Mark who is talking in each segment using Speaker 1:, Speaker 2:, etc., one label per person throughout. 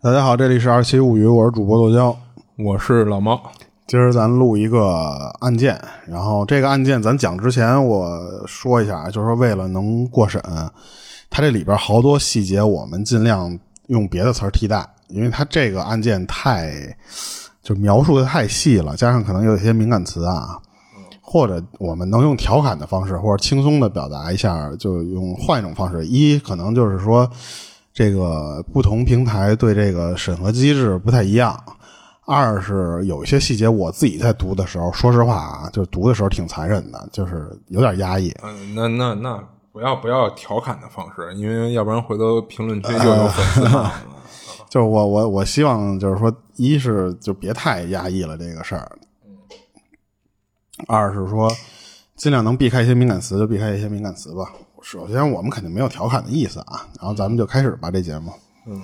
Speaker 1: 大家好，这里是二七物语，我是主播剁椒。
Speaker 2: 我是老猫，
Speaker 1: 今儿咱录一个案件，然后这个案件咱讲之前，我说一下啊，就是说为了能过审，它这里边好多细节我们尽量用别的词儿替代，因为它这个案件太就描述的太细了，加上可能有一些敏感词啊，或者我们能用调侃的方式，或者轻松的表达一下，就用换一种方式。一可能就是说，这个不同平台对这个审核机制不太一样。二是有一些细节，我自己在读的时候，说实话啊，就读的时候挺残忍的，就是有点压抑。
Speaker 2: 嗯，那那那不要不要调侃的方式，因为要不然回头评论区又有粉丝 骂了。
Speaker 1: 就是我我我希望就是说，一是就别太压抑了这个事儿，二是说尽量能避开一些敏感词就避开一些敏感词吧。首先，我们肯定没有调侃的意思啊，然后咱们就开始吧这节目。
Speaker 2: 嗯，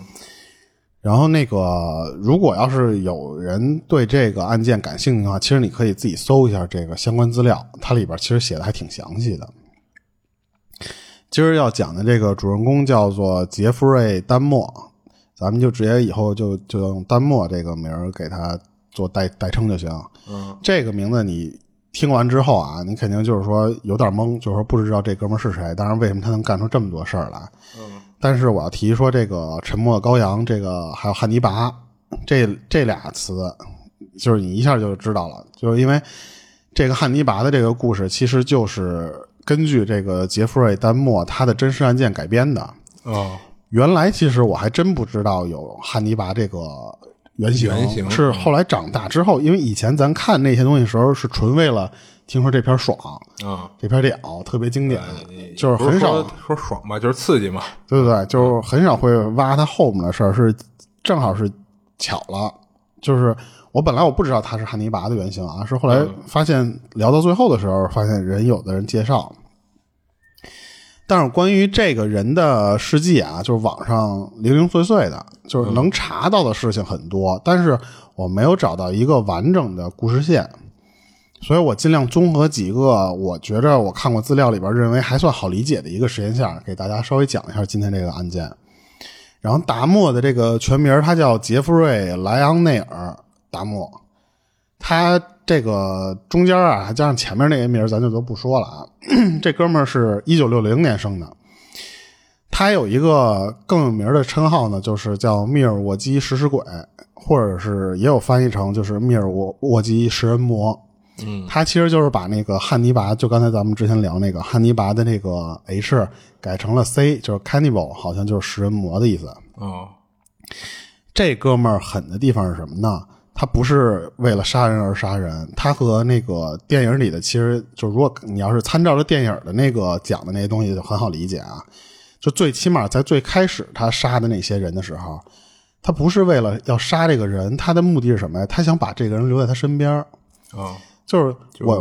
Speaker 1: 然后那个，如果要是有人对这个案件感兴趣的话，其实你可以自己搜一下这个相关资料，它里边其实写的还挺详细的。今儿要讲的这个主人公叫做杰弗瑞·丹莫，咱们就直接以后就就用丹莫这个名儿给他做代代称就行。
Speaker 2: 嗯，
Speaker 1: 这个名字你听完之后啊，你肯定就是说有点懵，就是说不知道这哥们儿是谁，当然为什么他能干出这么多事儿来。但是我要提说，这个沉默的羔羊，这个还有汉尼拔，这这俩词，就是你一下就知道了，就是因为这个汉尼拔的这个故事，其实就是根据这个杰弗瑞·丹莫他的真实案件改编的。
Speaker 2: 哦，
Speaker 1: 原来其实我还真不知道有汉尼拔这个原型，
Speaker 2: 原型
Speaker 1: 是后来长大之后，因为以前咱看那些东西的时候，是纯为了听说这片儿爽，
Speaker 2: 啊、
Speaker 1: 这片儿屌，特别经典，就是
Speaker 2: 哦哎不
Speaker 1: 很少
Speaker 2: 说说爽吧，就是刺激嘛。
Speaker 1: 对对对，就是很少会挖他后面的事儿，是正好是巧了，就是我本来我不知道他是汉尼拔的原型啊，是后来发现聊到最后的时候，发现人有的人介绍。但是关于这个人的事迹啊，就是网上零零碎碎的，就是能查到的事情很多，但是我没有找到一个完整的故事线，所以我尽量综合几个我觉着我看过资料里边认为还算好理解的一个时间线儿，给大家稍微讲一下今天这个案件。然后达莫的这个全名儿他叫杰弗瑞·莱昂内尔·达莫，他这个中间啊，还加上前面那些名儿咱就都不说了啊。 这哥们儿是一九六零年生的，他有一个更有名儿的称号呢，就是叫密尔沃基食尸鬼，或者是也有翻译成就是密尔沃沃基食人魔。他其实就是把那个汉尼拔，就刚才咱们之前聊那个汉尼拔的那个 H 改成了 C，就是 cannibal，好像就是食人魔的意思。
Speaker 2: 哦，
Speaker 1: 这哥们儿狠的地方是什么呢？他不是为了杀人而杀人，他和那个电影里的其实就如果你要是参照着电影的那个讲的那些东西，就很好理解啊。就最起码在最开始他杀的那些人的时候，他不是为了要杀这个人，他的目的是什么呀？他想把这个人留在他身边儿，
Speaker 2: 哦，
Speaker 1: 就是
Speaker 2: 就
Speaker 1: 我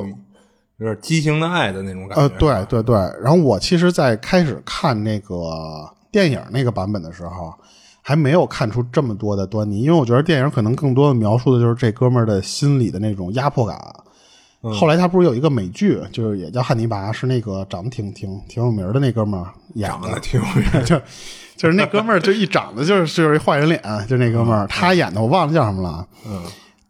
Speaker 2: 有点畸形的爱的那种感觉。
Speaker 1: 呃，对对对。然后我其实，在开始看那个电影那个版本的时候，还没有看出这么多的端倪，因为我觉得电影可能更多的描述的就是这哥们儿的心理的那种压迫感。
Speaker 2: 嗯
Speaker 1: 后来他不是有一个美剧，就是也叫《汉尼拔》，是那个长得挺挺挺有名儿的那哥们儿演
Speaker 2: 长
Speaker 1: 的，
Speaker 2: 得挺有名 儿。
Speaker 1: 就就是那哥们儿，就一长得就是就是一坏人脸，就那哥们儿，他演的我忘了叫什么了。
Speaker 2: 嗯，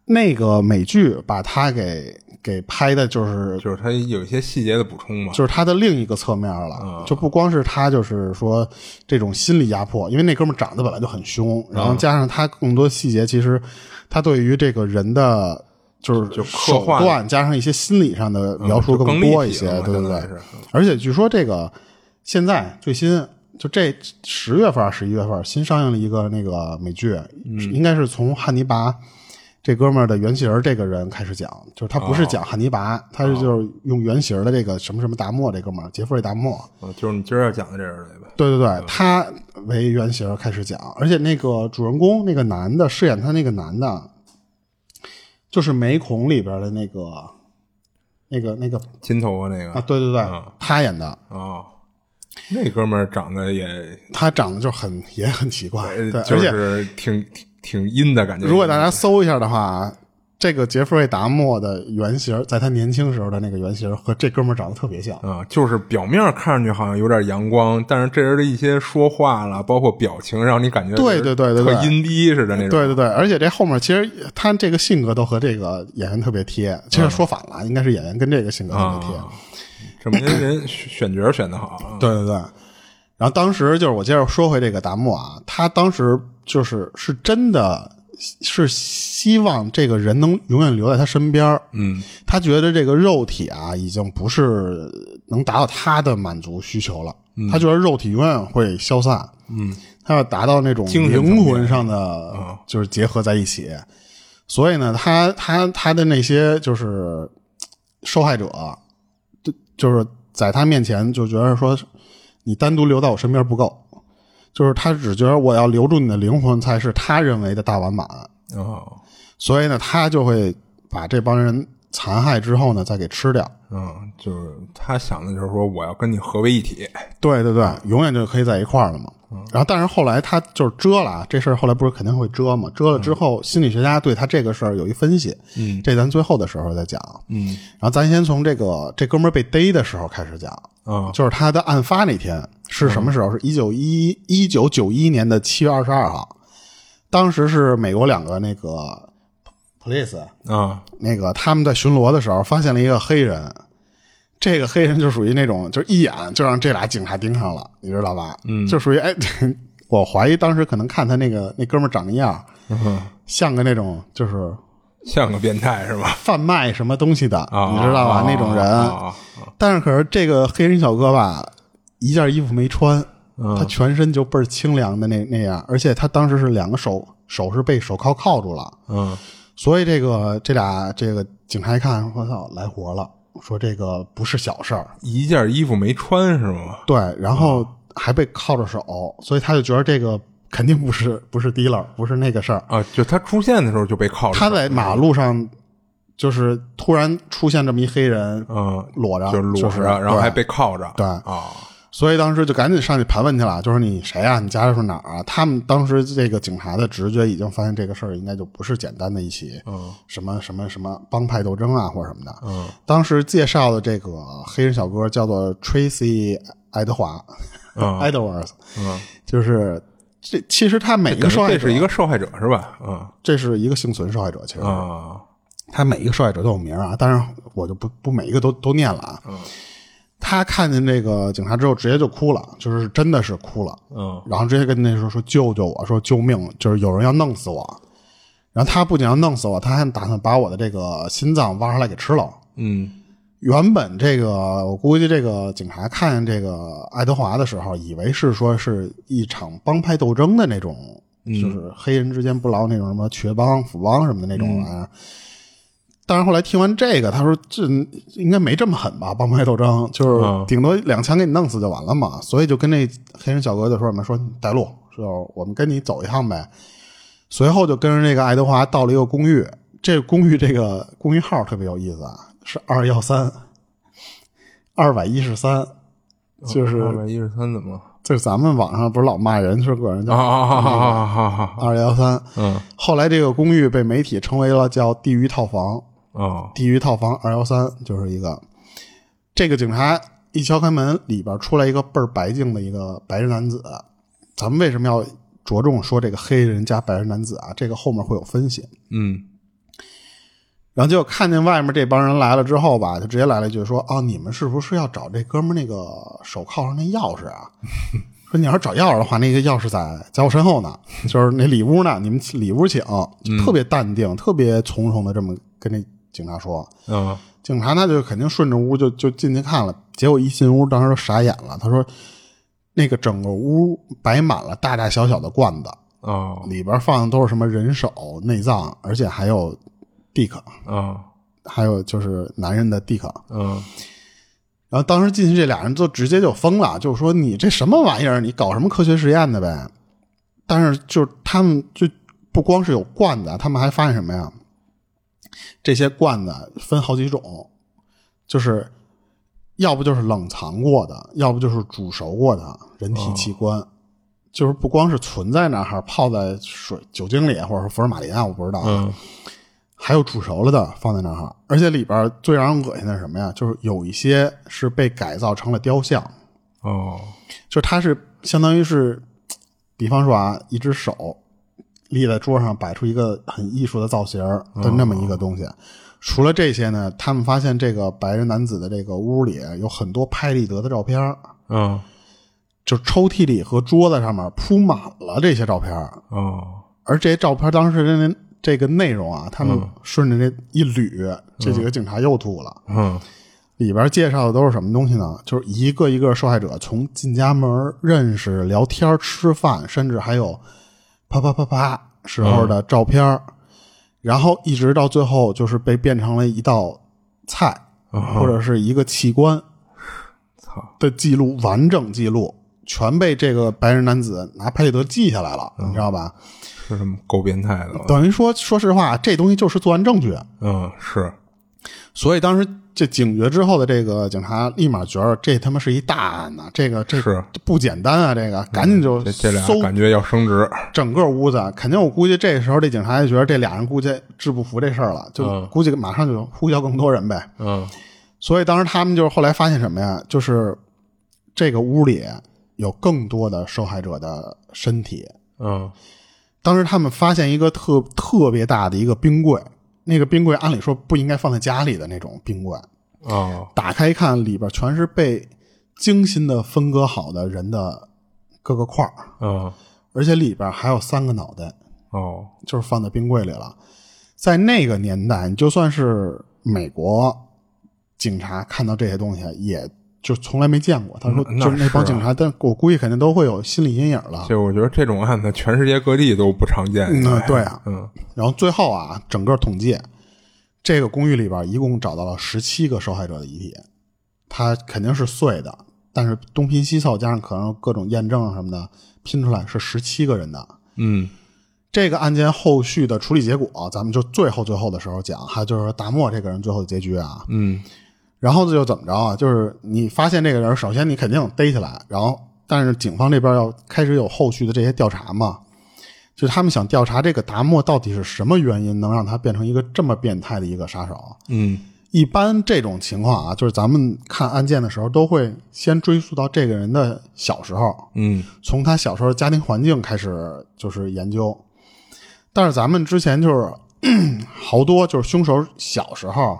Speaker 1: 那个美剧把他给给拍的，就是
Speaker 2: 就是他有一些细节的补充嘛。嗯
Speaker 1: 就是他的另一个侧面了，就不光是他，就是说这种心理压迫，因为那哥们儿长得本来就很凶，然
Speaker 2: 嗯
Speaker 1: 后加上他更多细节，其实他对于这个人的就是
Speaker 2: 就刻
Speaker 1: 手
Speaker 2: 画
Speaker 1: 段加上一些心理上的
Speaker 2: 嗯
Speaker 1: 描述
Speaker 2: 就更
Speaker 1: 多一
Speaker 2: 立体
Speaker 1: 些
Speaker 2: 了，嘛
Speaker 1: 对对
Speaker 2: 相当于
Speaker 1: 对
Speaker 2: 是。
Speaker 1: 而且据说这个现在最新就这十月份、十一月份新上映了一个那个美剧，应该是从汉尼拔这哥们儿的原型儿这个人开始讲，就是他不是讲汉尼拔，他是就是用原型儿的这个什么什么达莫这哥们儿杰弗瑞达莫，
Speaker 2: 嗯，就是你今儿要讲的这人类呗。
Speaker 1: 对对对，他为原型开始讲，而且那个主人公那个男的饰演他那个男的，就是《美恐》里边的那个、那个、那个
Speaker 2: 金头发那个
Speaker 1: 啊，对对对，
Speaker 2: 嗯
Speaker 1: 他演的，
Speaker 2: 哦，那哥们儿长得也，
Speaker 1: 他长得就很也很奇怪，
Speaker 2: 呃
Speaker 1: 对，
Speaker 2: 就
Speaker 1: 而且
Speaker 2: 是挺挺挺阴的感觉。
Speaker 1: 如果大家搜一下的话，这个杰弗瑞·达莫的原型，在他年轻时候的那个原型和这哥们儿长得特别像。
Speaker 2: 啊、就是表面看上去好像有点阳光，但是这人的一些说话啦，包括表情，让你感觉
Speaker 1: 对对对对对
Speaker 2: 特阴逼似的那种。
Speaker 1: 对对对，而且这后面其实他这个性格都和这个演员特别贴。其实说反了，应该是演员跟这个性格特别贴。
Speaker 2: 啊，证明人选角选的好啊。
Speaker 1: 对对对。然后当时就是我接着说回这个达莫啊，他当时就是是真的是希望这个人能永远留在他身边儿
Speaker 2: 嗯
Speaker 1: 他觉得这个肉体啊已经不是能达到他的满足需求了，他觉得肉体永远会消散，
Speaker 2: 嗯，
Speaker 1: 他要达到那种
Speaker 2: 精神层面
Speaker 1: 灵魂上的就是结合在一起。所以呢，他他他的那些就是受害者，就就是在他面前就觉得说，你单独留在我身边不够，就是他只觉得我要留住你的灵魂才是他认为的大完满。
Speaker 2: 哦
Speaker 1: 所以呢，他就会把这帮人残害之后呢，再给吃掉。
Speaker 2: 嗯，就是他想的就是说我要跟你合为一体。
Speaker 1: 对对嗯对，永远就可以在一块儿了嘛。然后，但是后来他就是遮了啊，这事儿后来不是肯定会遮嘛？遮了之后，心理学家对他这个事儿有一分析，
Speaker 2: 嗯
Speaker 1: 这咱最后的时候再讲。
Speaker 2: 嗯
Speaker 1: 然后咱先从这个这哥们儿被逮的时候开始讲，
Speaker 2: 啊
Speaker 1: 就是他的案发那天是什么时候？是一九一一九九一年的七月二十二号，当时是美国两个那个 police
Speaker 2: 啊
Speaker 1: 那个他们在巡逻的时候发现了一个黑人，这个黑人就属于那种就是一眼就让这俩警察盯上了，你知道吧？嗯，就属于哎， 我怀疑当时可能看他那个那哥们儿长那样儿，
Speaker 2: 嗯，
Speaker 1: 像个那种就是
Speaker 2: 像个变态是吧？
Speaker 1: 贩卖什么东西的，
Speaker 2: 啊，
Speaker 1: 你知道吧？
Speaker 2: 啊
Speaker 1: 那种人，
Speaker 2: 啊
Speaker 1: 但是可是这个黑人小哥吧，一件衣服没穿，
Speaker 2: 嗯
Speaker 1: 他全身就倍儿清凉的那那样，而且他当时是两个手手是被手铐铐住了。
Speaker 2: 嗯
Speaker 1: 所以这个这俩这个警察一看，我操，来活了，说这个不是小事儿，
Speaker 2: 一件衣服没穿是吗？
Speaker 1: 对，然后
Speaker 2: 嗯
Speaker 1: 还被铐着手，所以他就觉得这个肯定不是不是 dealer，不是那个事儿。
Speaker 2: 啊，就他出现的时候就被铐着。
Speaker 1: 他在马路上就是突然出现这么一黑人，
Speaker 2: 嗯，
Speaker 1: 裸着，
Speaker 2: 就裸
Speaker 1: 就是
Speaker 2: 着，然后还
Speaker 1: 对
Speaker 2: 被铐着。
Speaker 1: 对
Speaker 2: 啊，
Speaker 1: 所以当时就赶紧上去盘问去了，就是你谁啊？你家住哪儿啊？他们当时这个警察的直觉已经发现这个事儿应该就不是简单的一起，
Speaker 2: 嗯，
Speaker 1: 什么什么什么帮派斗争啊或者什么的。嗯，当时介绍的这个黑人小哥叫做 Tracy 爱德华、
Speaker 2: 嗯
Speaker 1: Edwards，
Speaker 2: 嗯，
Speaker 1: 就是这其实他每一
Speaker 2: 等
Speaker 1: 个
Speaker 2: 于
Speaker 1: 哎受害
Speaker 2: 这
Speaker 1: 者，
Speaker 2: 是一个受害者是吧？嗯
Speaker 1: 这是一个幸存受害者，其实、
Speaker 2: 啊
Speaker 1: 他每一个受害者都有名啊，当然我就不不每一个都都念了啊。
Speaker 2: 嗯
Speaker 1: 他看见这个警察之后，直接就哭了，就是真的是哭了。
Speaker 2: 嗯
Speaker 1: 然后直接跟那时候说救救我，说救命，就是有人要弄死我。然后他不仅要弄死我，他还打算把我的这个心脏挖出来给吃了。
Speaker 2: 嗯
Speaker 1: 原本这个我估计这个警察看见这个爱德华的时候，以为是说是一场帮派斗争的那种，就是黑人之间不劳那种什么瘸帮、斧帮什么的那种玩意儿。但是后来听完这个，他说这应该没这么狠吧？帮派斗争就是
Speaker 2: 嗯
Speaker 1: 顶多两枪给你弄死就完了嘛。所以就跟那黑人小哥就说什么说你带路，说我们跟你走一趟呗。随后就跟着这个爱德华到了一个公寓，这个公寓这个公寓号特别有意思啊，是二幺三，二百一十三，就是
Speaker 2: 二百一十三怎么了？
Speaker 1: 就是咱们网上不是老骂人，是管人叫
Speaker 2: 啊啊啊啊啊啊！
Speaker 1: 二幺三。
Speaker 2: 嗯
Speaker 1: 后来这个公寓被媒体称为了叫“地狱套房”，
Speaker 2: 哦
Speaker 1: 地狱套房二幺三就是一个。这个警察一敲开门，里边出来一个倍儿白净的一个白人男子。咱们为什么要着重说这个黑人加白人男子啊？这个后面会有分析。
Speaker 2: 嗯
Speaker 1: 然后结果看见外面这帮人来了之后吧，就直接来了一句说：“哦，你们是不是要找这哥们儿那个手铐上那钥匙啊？” 说你要是找钥匙的话，那个钥匙在在我身后呢，就是那里屋呢，你们里屋请。就特别淡定、特别从容的这么跟那警察说。
Speaker 2: 嗯
Speaker 1: 警察那就肯定顺着屋就就进去看了，结果一进屋当时都傻眼了。他说，那个整个屋摆满了大大小小的罐子，
Speaker 2: 哦
Speaker 1: 里边放的都是什么人手、内脏，而且还有 dick，
Speaker 2: 哦
Speaker 1: 还有就是男人的 dick。
Speaker 2: 嗯
Speaker 1: 然后当时进去这俩人就直接就疯了，就说你这什么玩意儿，你搞什么科学实验的呗？但是就是他们就不光是有罐子，他们还发现什么呀？这些罐子分好几种，就是要不就是冷藏过的，要不就是煮熟过的人体器官，就是不光是存在那儿，泡在水酒精里或者是福尔马林啊，我不知道啊，
Speaker 2: 嗯
Speaker 1: 还有煮熟了的放在那儿，而且里边最让人恶心的是什么呀？就是有一些是被改造成了雕像，
Speaker 2: 哦，
Speaker 1: 就是它是相当于是，比方说啊，一只手立在桌上，摆出一个很艺术的造型儿的那么一个东西。除了这些呢，他们发现这个白人男子的这个屋里有很多拍立得的照片儿，
Speaker 2: 嗯，
Speaker 1: 就是抽屉里和桌子上面铺满了这些照片儿。
Speaker 2: 哦，
Speaker 1: 而这些照片当时的那这个内容啊，他们顺着这一捋，这几个警察又吐了。
Speaker 2: 嗯，
Speaker 1: 里边介绍的都是什么东西呢？就是一个一个受害者从进家门认识、聊天、吃饭，甚至还有啪啪啪啪时候的照片，然后一直到最后就是被变成了一道菜、或者是一个器官
Speaker 2: 操，
Speaker 1: 的记录，完整记录全被这个白人男子拿拍立得记下来了，你知道吧？
Speaker 2: 是什么够变态的了？
Speaker 1: 等于说，说实话，这东西就是作案证据。
Speaker 2: 嗯，是，
Speaker 1: 所以当时这警觉之后的这个警察立马觉得这他妈是一大案呐、这个这
Speaker 2: 是嗯
Speaker 1: 不简单啊，这个赶紧就
Speaker 2: 这这俩
Speaker 1: 搜
Speaker 2: 感觉要升值，
Speaker 1: 整个屋子。肯定我估计这时候这警察就觉得这俩人估计治不服这事儿了，就
Speaker 2: 嗯
Speaker 1: 估计马上就呼叫更多人呗。
Speaker 2: 嗯，
Speaker 1: 所以当时他们就是后来发现什么呀？就是这个屋里有更多的受害者的身体，
Speaker 2: 嗯，
Speaker 1: 当时他们发现一个特特别大的一个冰柜，那个冰柜按理说不应该放在家里的那种冰柜，
Speaker 2: 哦，
Speaker 1: 打开一看，里边全是被精心的分割好的人的各个块儿，
Speaker 2: 嗯，
Speaker 1: 而且里边还有三个脑袋，
Speaker 2: 哦，
Speaker 1: 就是放在冰柜里了。在那个年代，你就算是美国警察看到这些东西，也就从来没见过。他说，
Speaker 2: 嗯那
Speaker 1: 就是那帮
Speaker 2: 是啊
Speaker 1: 警察，但我估计肯定都会有心理阴影了。
Speaker 2: 这我觉得这种案子全世界各地都不常见。
Speaker 1: 嗯，对啊，
Speaker 2: 嗯，
Speaker 1: 然后最后啊，整个统计，这个公寓里边一共找到了十七个受害者的遗体，它肯定是碎的，但是东拼西凑，加上可能各种验证啊什么的，拼出来是十七个人的。
Speaker 2: 嗯，
Speaker 1: 这个案件后续的处理结果，咱们就最后最后的时候讲，还有就是达莫这个人最后的结局啊。
Speaker 2: 嗯，
Speaker 1: 然后就怎么着啊？就是你发现这个人，首先你肯定逮起来，然后但是警方这边要开始有后续的这些调查嘛，就是他们想调查这个达莫到底是什么原因能让他变成一个这么变态的一个杀手。
Speaker 2: 嗯，
Speaker 1: 一般这种情况啊，就是咱们看案件的时候都会先追溯到这个人的小时候，
Speaker 2: 嗯，
Speaker 1: 从他小时候的家庭环境开始就是研究。但是咱们之前就是 好多就是凶手小时候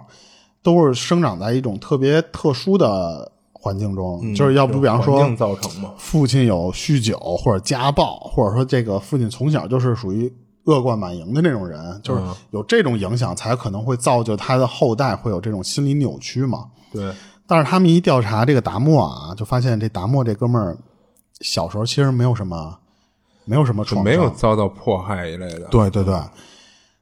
Speaker 1: 都是生长在一种特别特殊的环境中，就是要不比方
Speaker 2: 嗯环
Speaker 1: 说
Speaker 2: 境造成嘛，
Speaker 1: 父亲有酗酒或者家暴，或者说这个父亲从小就是属于恶贯满盈的那种人，就是
Speaker 2: 嗯
Speaker 1: 有这种影响，才可能会造就他的后代会有这种心理扭曲嘛。
Speaker 2: 对，
Speaker 1: 但是他们一调查这个达莫啊，就发现这达莫这哥们儿小时候其实没有什么，没有什么
Speaker 2: 就
Speaker 1: 创伤，
Speaker 2: 没有遭到迫害一类的。
Speaker 1: 对对对。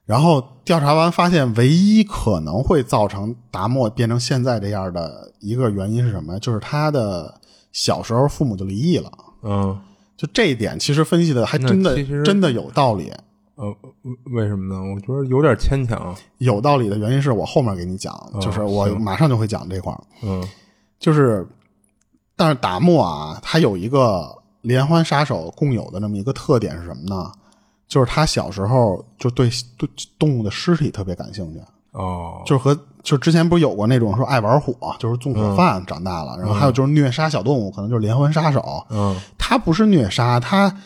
Speaker 1: 然后调查完发现，唯一可能会造成达莫变成现在这样的一个原因是什么呀？就是他的小时候父母就离异了。
Speaker 2: 嗯，
Speaker 1: 就这一点，其实分析的还
Speaker 2: 那
Speaker 1: 真的
Speaker 2: 其实
Speaker 1: 真的有道理。
Speaker 2: 呃，为为什么呢？我觉得有点牵强。
Speaker 1: 有道理的原因是我后面给你讲，
Speaker 2: 哦
Speaker 1: 就是我马上就会讲这块儿。
Speaker 2: 嗯，
Speaker 1: 就是，但是达莫啊，他有一个连环杀手共有的那么一个特点是什么呢？就是他小时候就对对动物的尸体特别感兴趣，
Speaker 2: 哦，
Speaker 1: 就是和就之前不是有过那种说爱玩火，就是纵火犯长大了，然后还有就是虐杀小动物，可能就是连环杀手。
Speaker 2: 嗯，
Speaker 1: 他不是虐杀，他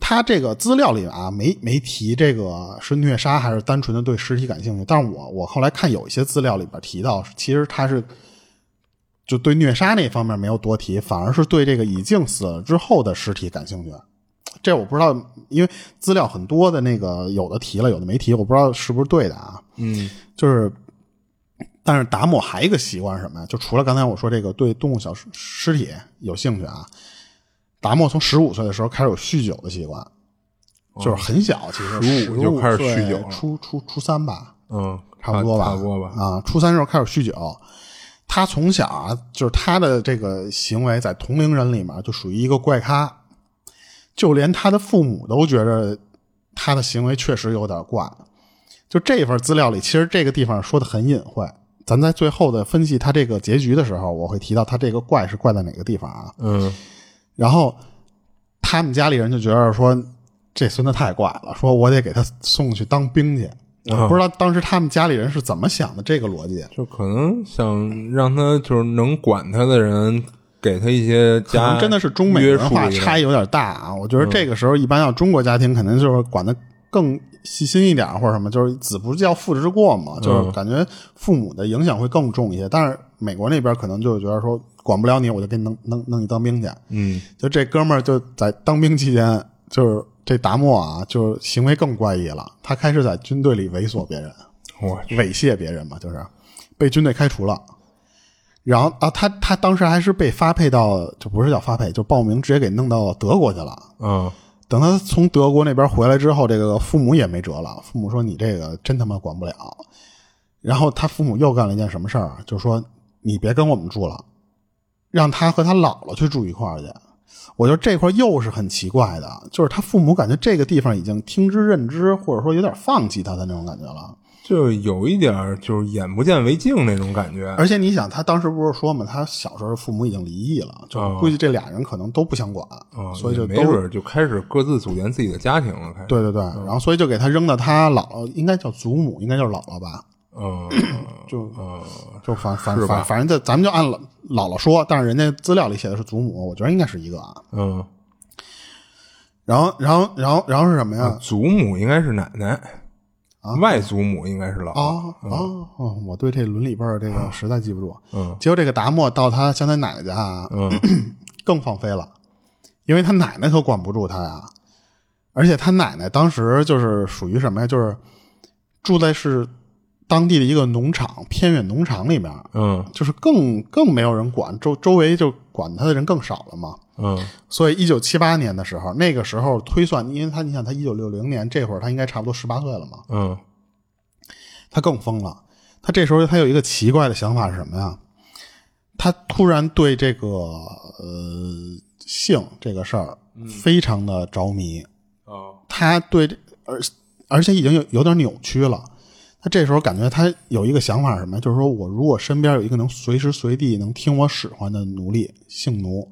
Speaker 1: 他这个资料里啊没没提这个是虐杀还是单纯的对尸体感兴趣。但是我我后来看有一些资料里边提到，其实他是就对虐杀那方面没有多提，反而是对这个已经死了之后的尸体感兴趣。这我不知道，因为资料很多的那个有的提了，有的没提，我不知道是不是对的啊。
Speaker 2: 嗯，
Speaker 1: 就是，但是达摩还有一个习惯是什么呀？就除了刚才我说这个对动物小尸尸体有兴趣啊，达摩从十五岁的时候开始有酗酒的习惯，就是很小，其实
Speaker 2: 15
Speaker 1: 五
Speaker 2: 哦就开始酗酒了
Speaker 1: 初初初三吧，
Speaker 2: 嗯，
Speaker 1: 差不多吧，
Speaker 2: 差不多吧。
Speaker 1: 啊，初三时候开始酗酒。他从小啊，就是他的这个行为在同龄人里面就属于一个怪咖，就连他的父母都觉得他的行为确实有点怪。就这份资料里，其实这个地方说的很隐晦。咱在最后的分析他这个结局的时候，我会提到他这个怪是怪在哪个地方啊。
Speaker 2: 嗯，
Speaker 1: 然后他们家里人就觉得说，这孙子太怪了，说我得给他送去当兵去。我不知道当时他们家里人是怎么想的这个逻辑。啊
Speaker 2: 就可能想让他就是能管他的人给他一些
Speaker 1: 可
Speaker 2: 家，
Speaker 1: 能真的是中美
Speaker 2: 约
Speaker 1: 文
Speaker 2: 束
Speaker 1: 化
Speaker 2: 一下嗯
Speaker 1: 差异有点大啊。我觉得这个时候一般要中国家庭，肯定就是管的更细心一点，或者什么，就是子不教父之过
Speaker 2: 嗯
Speaker 1: 嘛，就是感觉父母的影响会更重一些。但是美国那边可能就是觉得说管不了你，我就给你弄弄弄你当兵去。
Speaker 2: 嗯，
Speaker 1: 就这哥们儿就在当兵期间，就是这达莫啊，就是行为更怪异了，他开始在军队里猥琐别人。
Speaker 2: 我
Speaker 1: 猥亵别人嘛，就是被军队开除了。然后啊，他他当时还是被发配到，就不是叫发配，就报名直接给弄到德国去了。
Speaker 2: 啊
Speaker 1: 等他从德国那边回来之后，这个父母也没辙了。父母说：“你这个真他妈管不了。”然后他父母又干了一件什么事儿，就说：“你别跟我们住了，让他和他姥姥去住一块儿去。”我觉得这块儿又是很奇怪的，就是他父母感觉这个地方已经听之任之，或者说有点放弃他的那种感觉了。
Speaker 2: 就有一点儿就是眼不见为净那种感觉。
Speaker 1: 而且你想，他当时不是说嘛，他小时候父母已经离异了，就
Speaker 2: 哦
Speaker 1: 估计这俩人可能都不想管，
Speaker 2: 啊，
Speaker 1: 所以就
Speaker 2: 没
Speaker 1: 都
Speaker 2: 准儿就开始各自组建自己的家庭了，开始。，
Speaker 1: 对对对，
Speaker 2: 嗯
Speaker 1: 然后所以就给他扔到他姥姥，应该叫祖母，应该就是姥姥吧，
Speaker 2: 嗯，
Speaker 1: 就
Speaker 2: 嗯，
Speaker 1: 就反反
Speaker 2: 是吧
Speaker 1: 反反正就咱们就按姥姥姥说，但是人家资料里写的是祖母，我觉得应该是一个啊。
Speaker 2: 嗯，
Speaker 1: 然后然后然后然后是什么呀？
Speaker 2: 祖母应该是奶奶，外祖母应该是姥
Speaker 1: 啊
Speaker 2: 姥。
Speaker 1: 啊哦！我对这伦理辈儿这个实在记不住。
Speaker 2: 嗯
Speaker 1: 结果这个达莫到他相当于奶奶家啊，
Speaker 2: 嗯，
Speaker 1: 更放飞了，因为他奶奶可管不住他呀。而且他奶奶当时就是属于什么呀？就是住在是当地的一个农场，偏远农场里面，
Speaker 2: 嗯
Speaker 1: 就是更更没有人管，周周围就管他的人更少了嘛。
Speaker 2: 嗯
Speaker 1: 所以，一九七八年的时候，那个时候推算，因为他你想，他一九六零年这会儿，他应该差不多十八岁了嘛，
Speaker 2: 嗯
Speaker 1: 他更疯了。他这时候他有一个奇怪的想法是什么呀？他突然对这个呃性这个事儿非常的着迷，
Speaker 2: 哦
Speaker 1: 他对这而而且已经有有点扭曲了。他这时候感觉他有一个想法是什么呀，就是说我如果身边有一个能随时随地能听我使唤的奴隶性奴，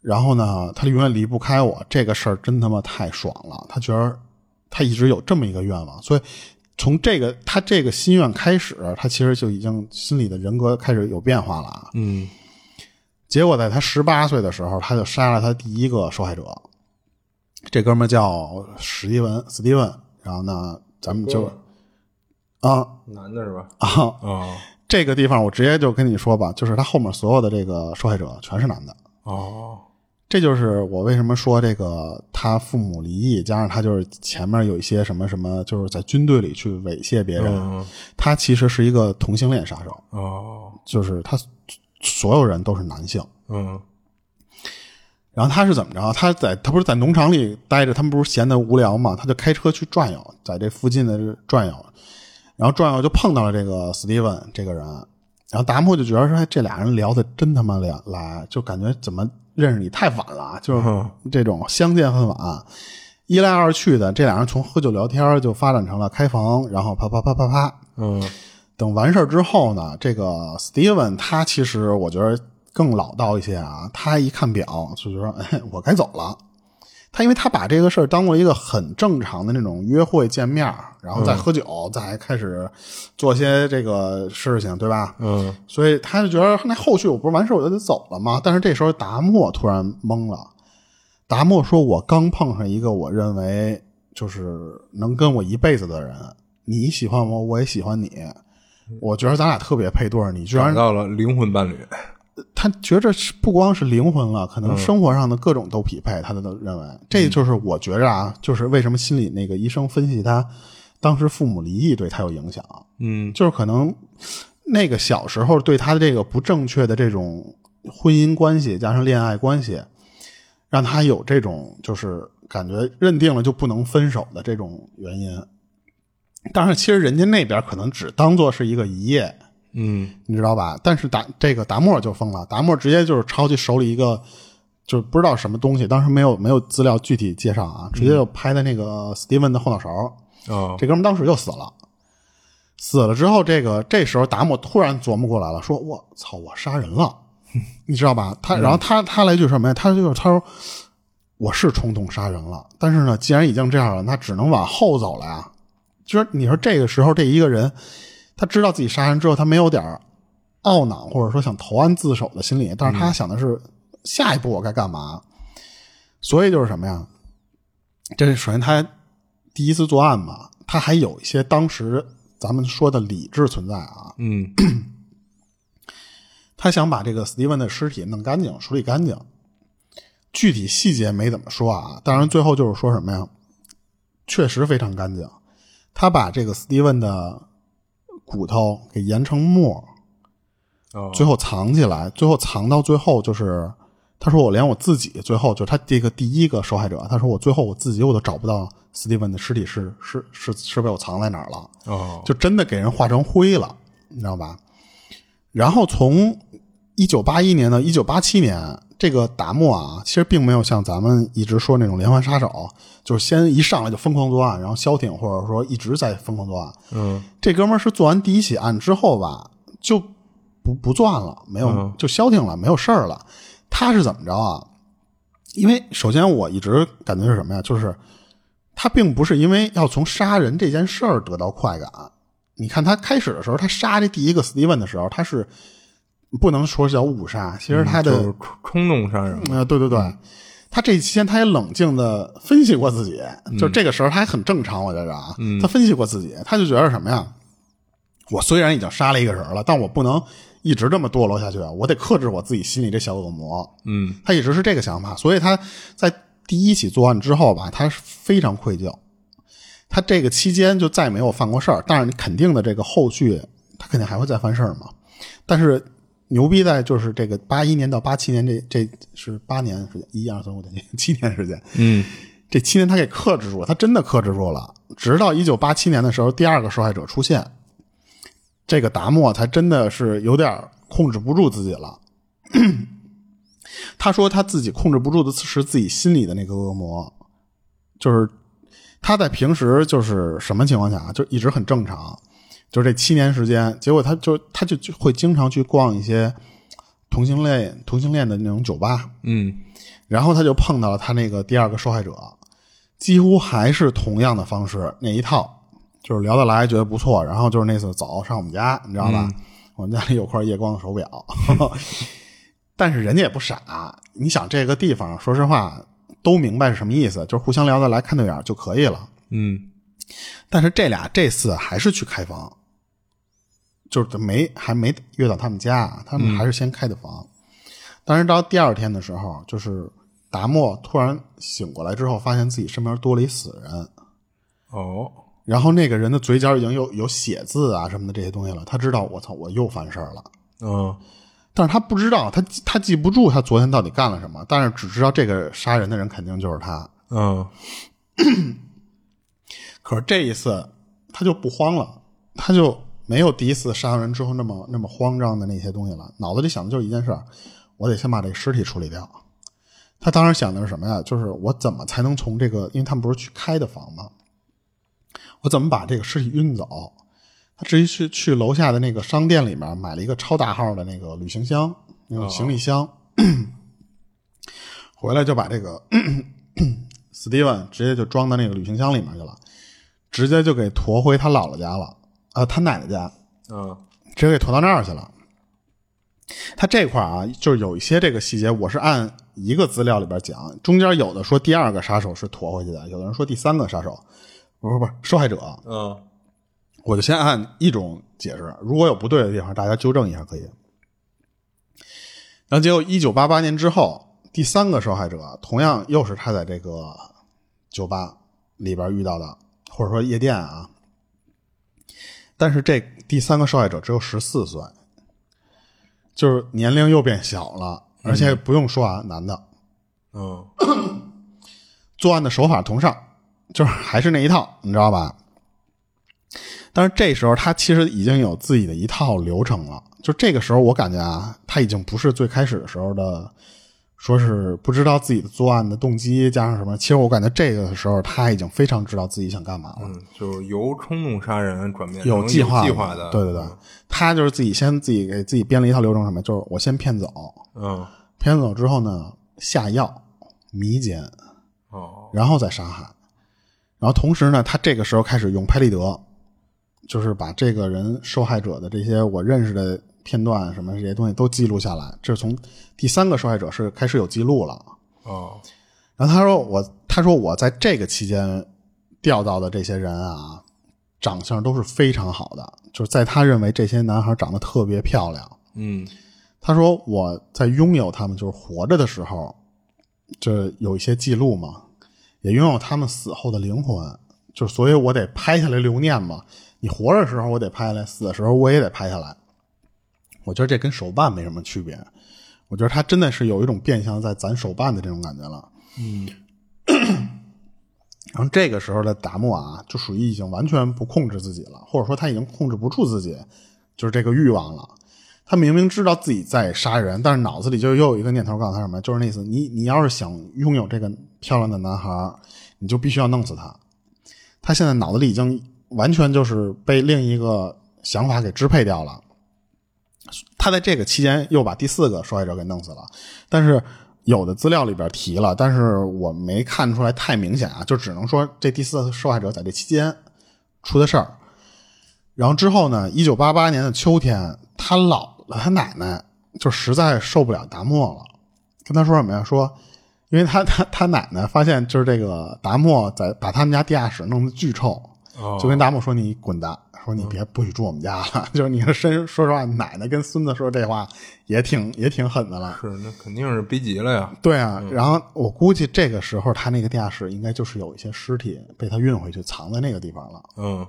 Speaker 1: 然后呢，他永远离不开我，这个事儿真他妈太爽了。他觉得他一直有这么一个愿望，所以从这个他这个心愿开始，他其实就已经心里的人格开始有变化了啊。
Speaker 2: 嗯
Speaker 1: 结果在他十八岁的时候，他就杀了他第一个受害者，这哥们儿叫史蒂文，史蒂文。然后呢，咱们就啊
Speaker 2: 男的是吧？
Speaker 1: 啊，
Speaker 2: 哦
Speaker 1: 这个地方我直接就跟你说吧，就是他后面所有的这个受害者全是男的。
Speaker 2: 哦
Speaker 1: 这就是我为什么说这个他父母离异，加上他就是前面有一些什么什么，就是在军队里去猥亵别人，
Speaker 2: 嗯
Speaker 1: 他其实是一个同性恋杀手，
Speaker 2: 哦
Speaker 1: 就是他所有人都是男性。
Speaker 2: 嗯
Speaker 1: 然后他是怎么着？他在他不是在农场里待着，他们不是闲得无聊嘛，他就开车去转悠，在这附近的这转悠，然后转悠就碰到了这个 Steven 这个人，然后达莫就觉得说，哎，这俩人聊的真他妈聊来，就感觉怎么认识你太晚了啊，就是
Speaker 2: 嗯
Speaker 1: 这种相见恨晚，一来二去的，这俩人从喝酒聊天就发展成了开房，然后啪啪啪啪啪，
Speaker 2: 嗯
Speaker 1: 等完事儿之后呢，这个 Steven 他其实我觉得更老道一些啊，他一看表就觉得，哎，我该走了。他因为他把这个事儿当做一个很正常的那种约会见面儿，然后再喝酒，再开始做些这个事情，对吧？
Speaker 2: 嗯
Speaker 1: 所以他就觉得那后续我不是完事儿我就得走了吗？但是这时候达莫突然懵了，达莫说：“我刚碰上一个我认为就是能跟我一辈子的人，你喜欢我，我也喜欢你，我觉得咱俩特别配对儿，你居
Speaker 2: 找
Speaker 1: 然
Speaker 2: 到了灵魂伴侣。
Speaker 1: 他觉着是不光是灵魂了，可能生活上的各种都匹配，他都认为这就是我觉着啊，就是为什么心理那个医生分析他当时父母离异对他有影响。”
Speaker 2: 嗯
Speaker 1: 就是可能那个小时候对他的这个不正确的这种婚姻关系加上恋爱关系，让他有这种就是感觉认定了就不能分手的这种原因。但是其实人家那边可能只当做是一个一夜，
Speaker 2: 嗯
Speaker 1: 你知道吧？但是达这个达莫就疯了，达莫直接就是抄起手里一个就是不知道什么东西，当时没有没有资料具体介绍啊，直接就拍在那个 Steven 的后脑勺。
Speaker 2: 哦
Speaker 1: 这哥们当时就死了。死了之后，这个这时候达莫突然琢磨过来了，说：“我操，我杀人了，你知道吧？”他然后他他来句什么呀？他就他说：“我是冲动杀人了，但是呢，既然已经这样了，那只能往后走了呀。就是你说这个时候这一个人，他知道自己杀人之后，他没有点儿懊恼或者说想投案自首的心理，但是他想的是下一步我该干嘛。所以就是什么呀？这是首先他第一次作案嘛，他还有一些当时咱们说的理智存在啊。
Speaker 2: 嗯
Speaker 1: 他想把这个 Steven 的尸体弄干净、处理干净。具体细节没怎么说啊，当然最后就是说什么呀，确实非常干净。他把这个 Steven 的骨头给研成沫，
Speaker 2: 哦
Speaker 1: 最后藏起来，最后藏到最后就是，他说我连我自己最后就是他这个第一个受害者，他说我最后我自己我都找不到 Steven 的尸体是是是是被我藏在哪儿了。
Speaker 2: 哦
Speaker 1: 就真的给人化成灰了，你知道吧？然后从一九八一年到一九八七年，这个达莫啊，其实并没有像咱们一直说那种连环杀手，就是先一上来就疯狂作案，然后消停，或者说一直在疯狂作案。
Speaker 2: 嗯
Speaker 1: 这哥们儿是做完第一起案之后吧，就不不作案了，没有、
Speaker 2: 嗯
Speaker 1: 就消停了，没有事儿了。他是怎么着啊？因为首先我一直感觉是什么呀？就是他并不是因为要从杀人这件事儿得到快感。你看他开始的时候，他杀这第一个 Steven 的时候，他是不能说叫误杀，其实他的、
Speaker 2: 嗯就是冲冲动杀人嘛，
Speaker 1: 呃，对对对，他这期间他也冷静的分析过自己，就这个时候他还很正常，我觉着啊，他分析过自己，他就觉得什么呀？我虽然已经杀了一个人了，但我不能一直这么堕落下去，啊我得克制我自己心里这小恶魔。
Speaker 2: 嗯
Speaker 1: 他一直是这个想法，所以他在第一起作案之后吧，他是非常愧疚。他这个期间就再没有犯过事儿，但是肯定的，这个后续他肯定还会再犯事儿嘛。但是牛逼在就是这个八一年到八七年这这是八年时间，一二三五六七年时间，
Speaker 2: 嗯
Speaker 1: 这七年他给克制住了，他真的克制住了。直到一九八七年的时候，第二个受害者出现，这个达莫才真的是有点控制不住自己了。 他说他自己控制不住的是自己心里的那个恶魔，就是他在平时就是什么情况下啊就一直很正常，就是这七年时间，结果他就他就就会经常去逛一些同性恋同性恋的那种酒吧，
Speaker 2: 嗯
Speaker 1: 然后他就碰到了他那个第二个受害者，几乎还是同样的方式那一套，就是聊得来，觉得不错，然后就是那次走上我们家，你知道吧？我们家里有块夜光的手表， 但是人家也不傻，你想这个地方，说实话都明白是什么意思，就是互相聊得来，看对眼儿就可以了。
Speaker 2: 嗯
Speaker 1: 但是这俩这次还是去开房，就是没还没越到他们家，他们还是先开的房。但是到第二天的时候，就是达莫突然醒过来之后，发现自己身边多了一死人，
Speaker 2: 哦
Speaker 1: 然后那个人的嘴角已经有有血渍啊什么的这些东西了，他知道我操我又犯事儿了。
Speaker 2: 嗯
Speaker 1: 但是他不知道，他记他记不住他昨天到底干了什么，但是只知道这个杀人的人肯定就是他。
Speaker 2: 嗯
Speaker 1: 可是这一次他就不慌了，他就没有第一次杀人之后那么那么慌张的那些东西了，脑子里想的就是一件事儿，我得先把这尸体处理掉。他当时想的是什么呀？就是我怎么才能从这个，因为他们不是去开的房吗？我怎么把这个尸体运走？他直接去去楼下的那个商店里面买了一个超大号的那个旅行箱，那种行李箱，回来就把这个 Steven 直接就装到那个旅行箱里面去了，直接就给驮回他姥姥家了，啊、他奶奶家，
Speaker 2: 嗯
Speaker 1: 直接给驮到那儿去了。他这块儿啊，就是有一些这个细节，我是按一个资料里边讲，中间有的说第二个杀手是驮回去的，有的人说第三个杀手，不是不是受害者，
Speaker 2: 嗯
Speaker 1: 我就先按一种解释，如果有不对的地方，大家纠正一下可以。然后结果，一九八八年之后，第三个受害者同样又是他在这个酒吧里边遇到的，或者说夜店啊。但是这第三个受害者只有十四岁，就是年龄又变小了，而且不用说啊，男的
Speaker 2: 嗯
Speaker 1: 作案的手法同上，就是还是那一套，你知道吧？但是这时候他其实已经有自己的一套流程了。就这个时候，我感觉啊，他已经不是最开始的时候的，说是不知道自己的作案的动机加上什么。其实我感觉这个时候他已经非常知道自己想干嘛了。
Speaker 2: 嗯，就是由冲动杀人转变成
Speaker 1: 有
Speaker 2: 计
Speaker 1: 划
Speaker 2: 计
Speaker 1: 计
Speaker 2: 划的，嗯
Speaker 1: 对对对，他就是自己先自己给自己编了一套流程，什么就是我先骗走，
Speaker 2: 嗯
Speaker 1: 骗走之后呢下药迷奸，
Speaker 2: 哦
Speaker 1: 然后再杀害。然后同时呢，他这个时候开始用拍立得，就是把这个人受害者的这些我认识的片段什么这些东西都记录下来。这是从第三个受害者是开始有记录了。
Speaker 2: 哦，
Speaker 1: 然后他说我，他说我在这个期间钓到的这些人啊，长相都是非常好的，就是在他认为这些男孩长得特别漂亮。
Speaker 2: 嗯，
Speaker 1: 他说我在拥有他们就是活着的时候，这有一些记录嘛，也拥有他们死后的灵魂，就是所以我得拍下来留念嘛。你活着的时候我得拍下来，死的时候我也得拍下来。我觉得这跟手办没什么区别，我觉得他真的是有一种变相在攒手办的这种感觉了。 然后这个时候的达摩啊，就属于已经完全不控制自己了，或者说他已经控制不住自己，就是这个欲望了。他明明知道自己在杀人，但是脑子里就又有一个念头告诉他什么，就是那意思，你你要是想拥有这个漂亮的男孩，你就必须要弄死他。他现在脑子里已经完全就是被另一个想法给支配掉了。他在这个期间又把第四个受害者给弄死了，但是有的资料里边提了，但是我没看出来太明显啊，就只能说这第四个受害者在这期间出的事儿。然后之后呢，一九八八年的秋天，他姥姥他奶奶就实在受不了达莫了，跟他说什么呀？说，因为他他他奶奶发现就是这个达莫在把他们家地下室弄得巨臭，
Speaker 2: 哦，
Speaker 1: 就跟达莫说你滚蛋，说你别不许住我们家了。就是你身说实话，奶奶跟孙子说这话也挺也挺狠的了。
Speaker 2: 是那肯定是逼急了呀。
Speaker 1: 对啊，然后我估计这个时候他那个地下室应该就是有一些尸体被他运回去藏在那个地方了。
Speaker 2: 嗯，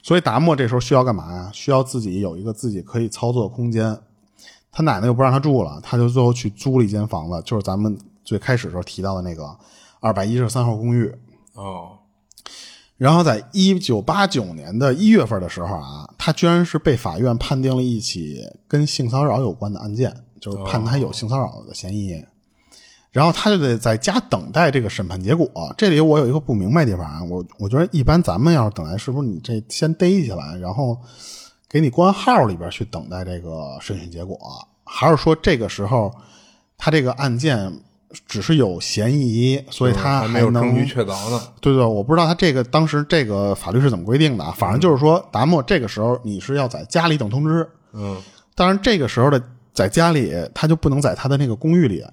Speaker 1: 所以达莫这时候需要干嘛呀？需要自己有一个自己可以操作的空间。他奶奶又不让他住了，他就最后去租了一间房子，就是咱们最开始时候提到的那个二百一十三号公寓。
Speaker 2: 哦，
Speaker 1: 然后在一九八九年的一月份的时候啊，他居然是被法院判定了一起跟性骚扰有关的案件，就是判他有性骚扰的嫌疑。然后他就得在家等待这个审判结果。这里我有一个不明白的地方啊，我我觉得一般咱们要是等待，是不是你这先逮起来，然后给你关号里边去等待这个审讯结果，还是说这个时候他这个案件只是有嫌疑，所以他
Speaker 2: 嗯还
Speaker 1: 还
Speaker 2: 没有
Speaker 1: 能
Speaker 2: 证据确凿 呢。
Speaker 1: 对对，我不知道他这个当时这个法律是怎么规定的啊。反正就是说，达莫这个时候你是要在家里等通知，
Speaker 2: 嗯，
Speaker 1: 当然这个时候的在家里他就不能在他的那个公寓里，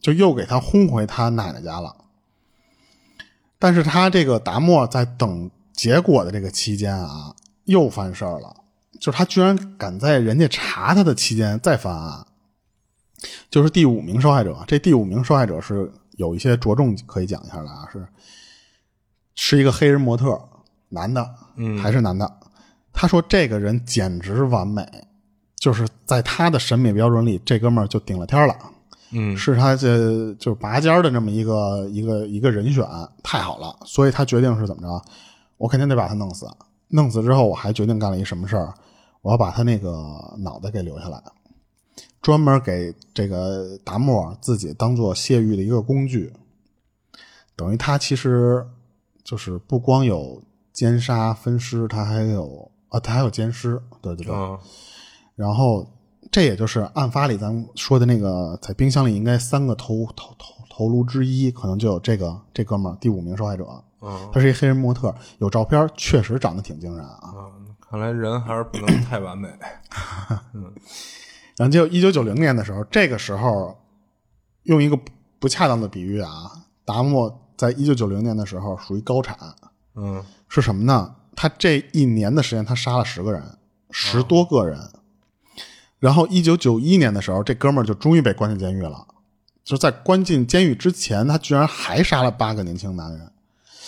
Speaker 1: 就又给他轰回他奶奶家了。但是他这个达莫在等结果的这个期间啊，又犯事儿了，就是他居然敢在人家查他的期间再犯案，就是第五名受害者。啊这第五名受害者是有一些着重可以讲一下的啊，是是一个黑人模特，男的，嗯，还是男的。他说这个人简直完美，就是在他的审美标准里，这哥们儿就顶了天儿了。
Speaker 2: 嗯，
Speaker 1: 是他这就是拔尖儿的这么一个一个一个人选，太好了，所以他决定是怎么着？我肯定得把他弄死。弄死之后，我还决定干了一什么事儿？我要把他那个脑袋给留下来，专门给这个达莫自己当做泄欲的一个工具。等于他其实就是不光有奸杀分尸，他还有啊，他还有奸尸，对对对，
Speaker 2: 嗯，
Speaker 1: 然后这也就是案发里咱们说的那个在冰箱里应该三个头头头头颅之一，可能就有这个这哥们儿第五名受害者，
Speaker 2: 嗯，
Speaker 1: 他是一黑人模特，有照片，确实长得挺惊人啊。
Speaker 2: 嗯，看来人还是不能太完美。
Speaker 1: 然后就一九九零年的时候，这个时候用一个不不恰当的比喻啊，达莫在一九九零年的时候属于高产，
Speaker 2: 嗯，
Speaker 1: 是什么呢？他这一年的时间，他杀了十个人，十多个人。然后，一九九一年的时候，这哥们儿就终于被关进监狱了。就在关进监狱之前，他居然还杀了八个年轻男人。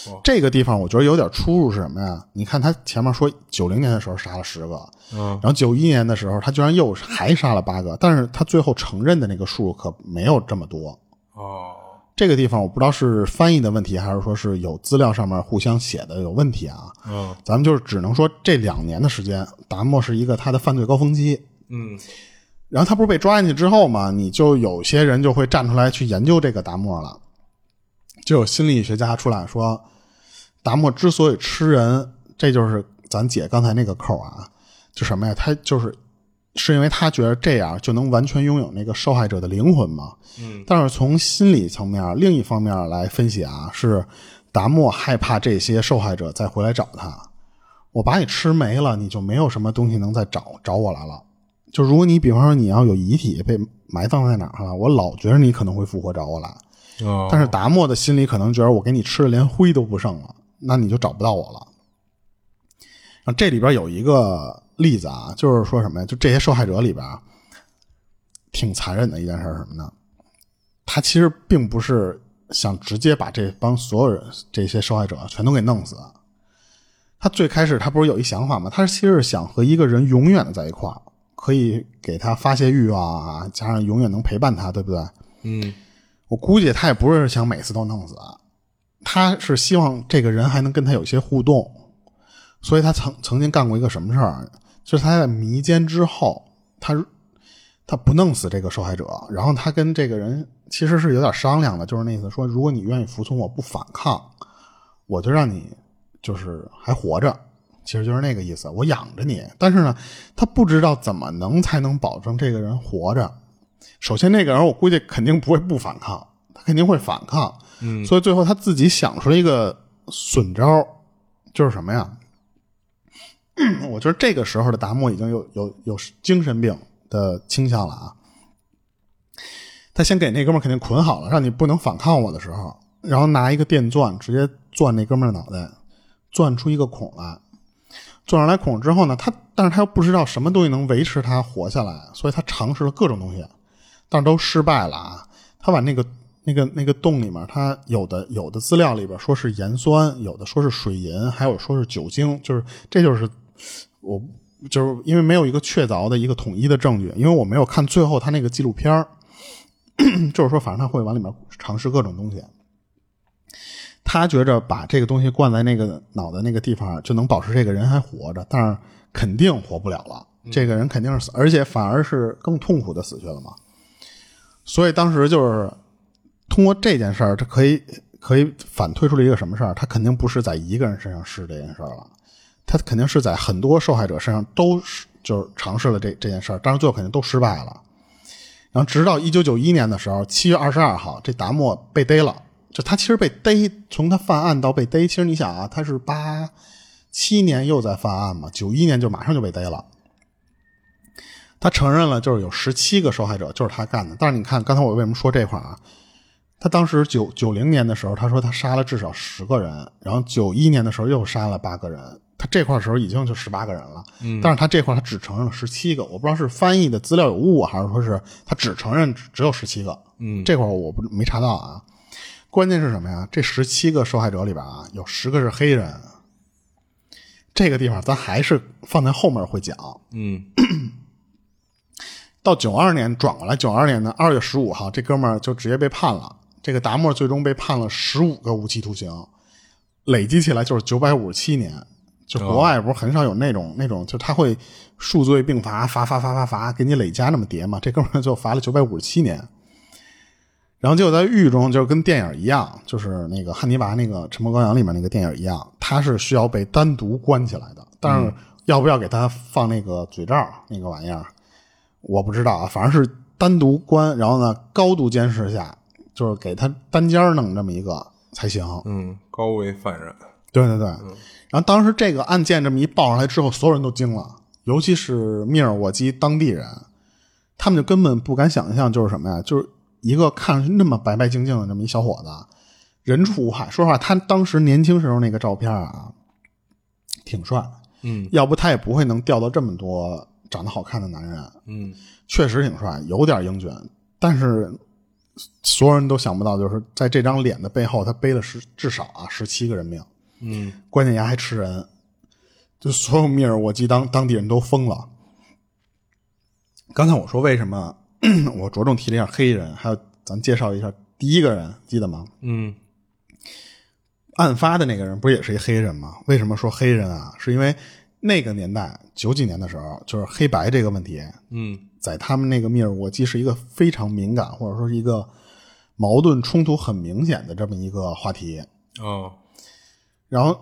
Speaker 2: 哦
Speaker 1: 这个地方我觉得有点出入是什么呀？你看他前面说九零年的时候杀了十个，
Speaker 2: 嗯，
Speaker 1: 然后九一年的时候他居然又还杀了八个，但是他最后承认的那个数可没有这么多。
Speaker 2: 哦，
Speaker 1: 这个地方我不知道是翻译的问题，还是说是有资料上面互相写的有问题啊？
Speaker 2: 嗯
Speaker 1: 咱们就是只能说这两年的时间，达莫是一个他的犯罪高峰期。
Speaker 2: 嗯，
Speaker 1: 然后他不是被抓进去之后嘛，你就有些人就会站出来去研究这个达莫了，就有心理学家出来说，达莫之所以吃人，这就是咱姐刚才那个扣啊，就什么呀？他就是是因为他觉得这样就能完全拥有那个受害者的灵魂嘛。
Speaker 2: 嗯，
Speaker 1: 但是从心理层面，另一方面来分析啊，是达莫害怕这些受害者再回来找他，我把你吃没了，你就没有什么东西能再找找我来了。就如果你比方说你要有遗体被埋葬在哪儿了，我老觉得你可能会复活找我来，
Speaker 2: 哦，
Speaker 1: 嗯但是达莫的心里可能觉得我给你吃的连灰都不剩了，那你就找不到我了。啊，这里边有一个例子啊，就是说什么呀？就这些受害者里边啊，挺残忍的一件事是什么呢？他其实并不是想直接把这帮所有人这些受害者全都给弄死。啊他最开始他不是有一想法吗？他其实是想和一个人永远的在一块儿，可以给他发泄欲望啊，加上永远能陪伴他，对不对？
Speaker 2: 嗯
Speaker 1: 我估计他也不是想每次都弄死，啊他是希望这个人还能跟他有些互动，所以他曾曾经干过一个什么事儿，啊就是他在迷奸之后，他他不弄死这个受害者，然后他跟这个人其实是有点商量的，就是那意思说，如果你愿意服从我不反抗，我就让你就是还活着，其实就是那个意思，我养着你。但是呢，他不知道怎么能才能保证这个人活着，首先那个人我估计肯定不会不反抗，他肯定会反抗，
Speaker 2: 嗯
Speaker 1: 所以最后他自己想出了一个损招，就是什么呀？ 嗯我觉得这个时候的达莫已经有有有精神病的倾向了啊。他先给那哥们儿肯定捆好了，让你不能反抗我的时候，然后拿一个电钻直接钻那哥们儿的脑袋，钻出一个孔来。钻出来孔之后呢，他但是他又不知道什么东西能维持他活下来，所以他尝试了各种东西，但是都失败了啊。他把那个那个那个洞里面，他有的有的资料里边说是盐酸，有的说是水银，还有说是酒精，就是这就是我就是因为没有一个确凿的一个统一的证据，因为我没有看最后他那个纪录片儿 就是说反正他会往里面尝试各种东西。他觉着把这个东西灌在那个脑袋那个地方，就能保持这个人还活着，但是肯定活不了了。这个人肯定是死，而且反而是更痛苦的死去了嘛。所以当时就是通过这件事儿，他可以可以反推出了一个什么事儿？他肯定不是在一个人身上试这件事儿了，他肯定是在很多受害者身上都是就是尝试了这这件事儿，但是最后肯定都失败了。然后直到一九九一年的时候，七月二十二号，这达莫被逮了。就他其实被逮，从他犯案到被逮，其实你想啊，他是八七年又在犯案嘛，九一年就马上就被逮了。他承认了，就是有十七个受害者就是他干的。但是你看，刚才我为什么说这块儿啊？他当时九九零年的时候，他说他杀了至少十个人，然后九一年的时候又杀了八个人。他这块儿的时候已经就十八个人了，但是他这块儿他只承认了十七个，我不知道是翻译的资料有误啊，还是说是他只承认只只有十七个。
Speaker 2: 嗯
Speaker 1: 这块儿我不没查到啊。关键是什么呀？这十七个受害者里边啊，有十个是黑人。这个地方咱还是放在后面会讲。
Speaker 2: 嗯
Speaker 1: 到九二年转过来，九二年的二月十五号，这哥们儿就直接被判了。这个达莫最终被判了十五个无期徒刑，累积起来就是九百五十七年。就国外不是很少有那种、那种，就他会数罪并罚，罚罚罚罚罚，给你累加那么叠嘛。这哥们儿就罚了九百五十七年。然后结果在狱中，就跟电影一样，就是那个汉尼拔那个《沉默羔羊》里面那个电影一样，他是需要被单独关起来的。但是要不要给他放那个嘴罩那个玩意儿，我不知道啊，反正是单独关，然后呢高度监视下，就是给他单间儿弄这么一个才行。
Speaker 2: 嗯，高危犯人，
Speaker 1: 对对对，然后当时这个案件这么一爆上来之后，所有人都惊了，尤其是密尔沃基当地人，他们就根本不敢想象，就是什么呀，就是一个看上去那么白白净净的这么一小伙子，人畜无害。说实话，他当时年轻时候那个照片啊，挺帅，
Speaker 2: 嗯
Speaker 1: 要不他也不会能钓到这么多长得好看的男人。啊
Speaker 2: 嗯
Speaker 1: 确实挺帅，有点英俊，但是所有人都想不到，就是在这张脸的背后，他背了十至少啊十七个人命，
Speaker 2: 嗯
Speaker 1: 关键牙还吃人，就所有密尔沃基当当地人都疯了。刚才我说为什么 我着重提了一下黑人，还有咱介绍一下第一个人，记得吗？
Speaker 2: 嗯
Speaker 1: 案发的那个人不也是一黑人吗？为什么说黑人啊？是因为那个年代九几年的时候，就是黑白这个问题，
Speaker 2: 嗯
Speaker 1: 在他们那个密尔沃基是一个非常敏感，或者说是一个矛盾冲突很明显的这么一个话题。
Speaker 2: 哦
Speaker 1: 然后，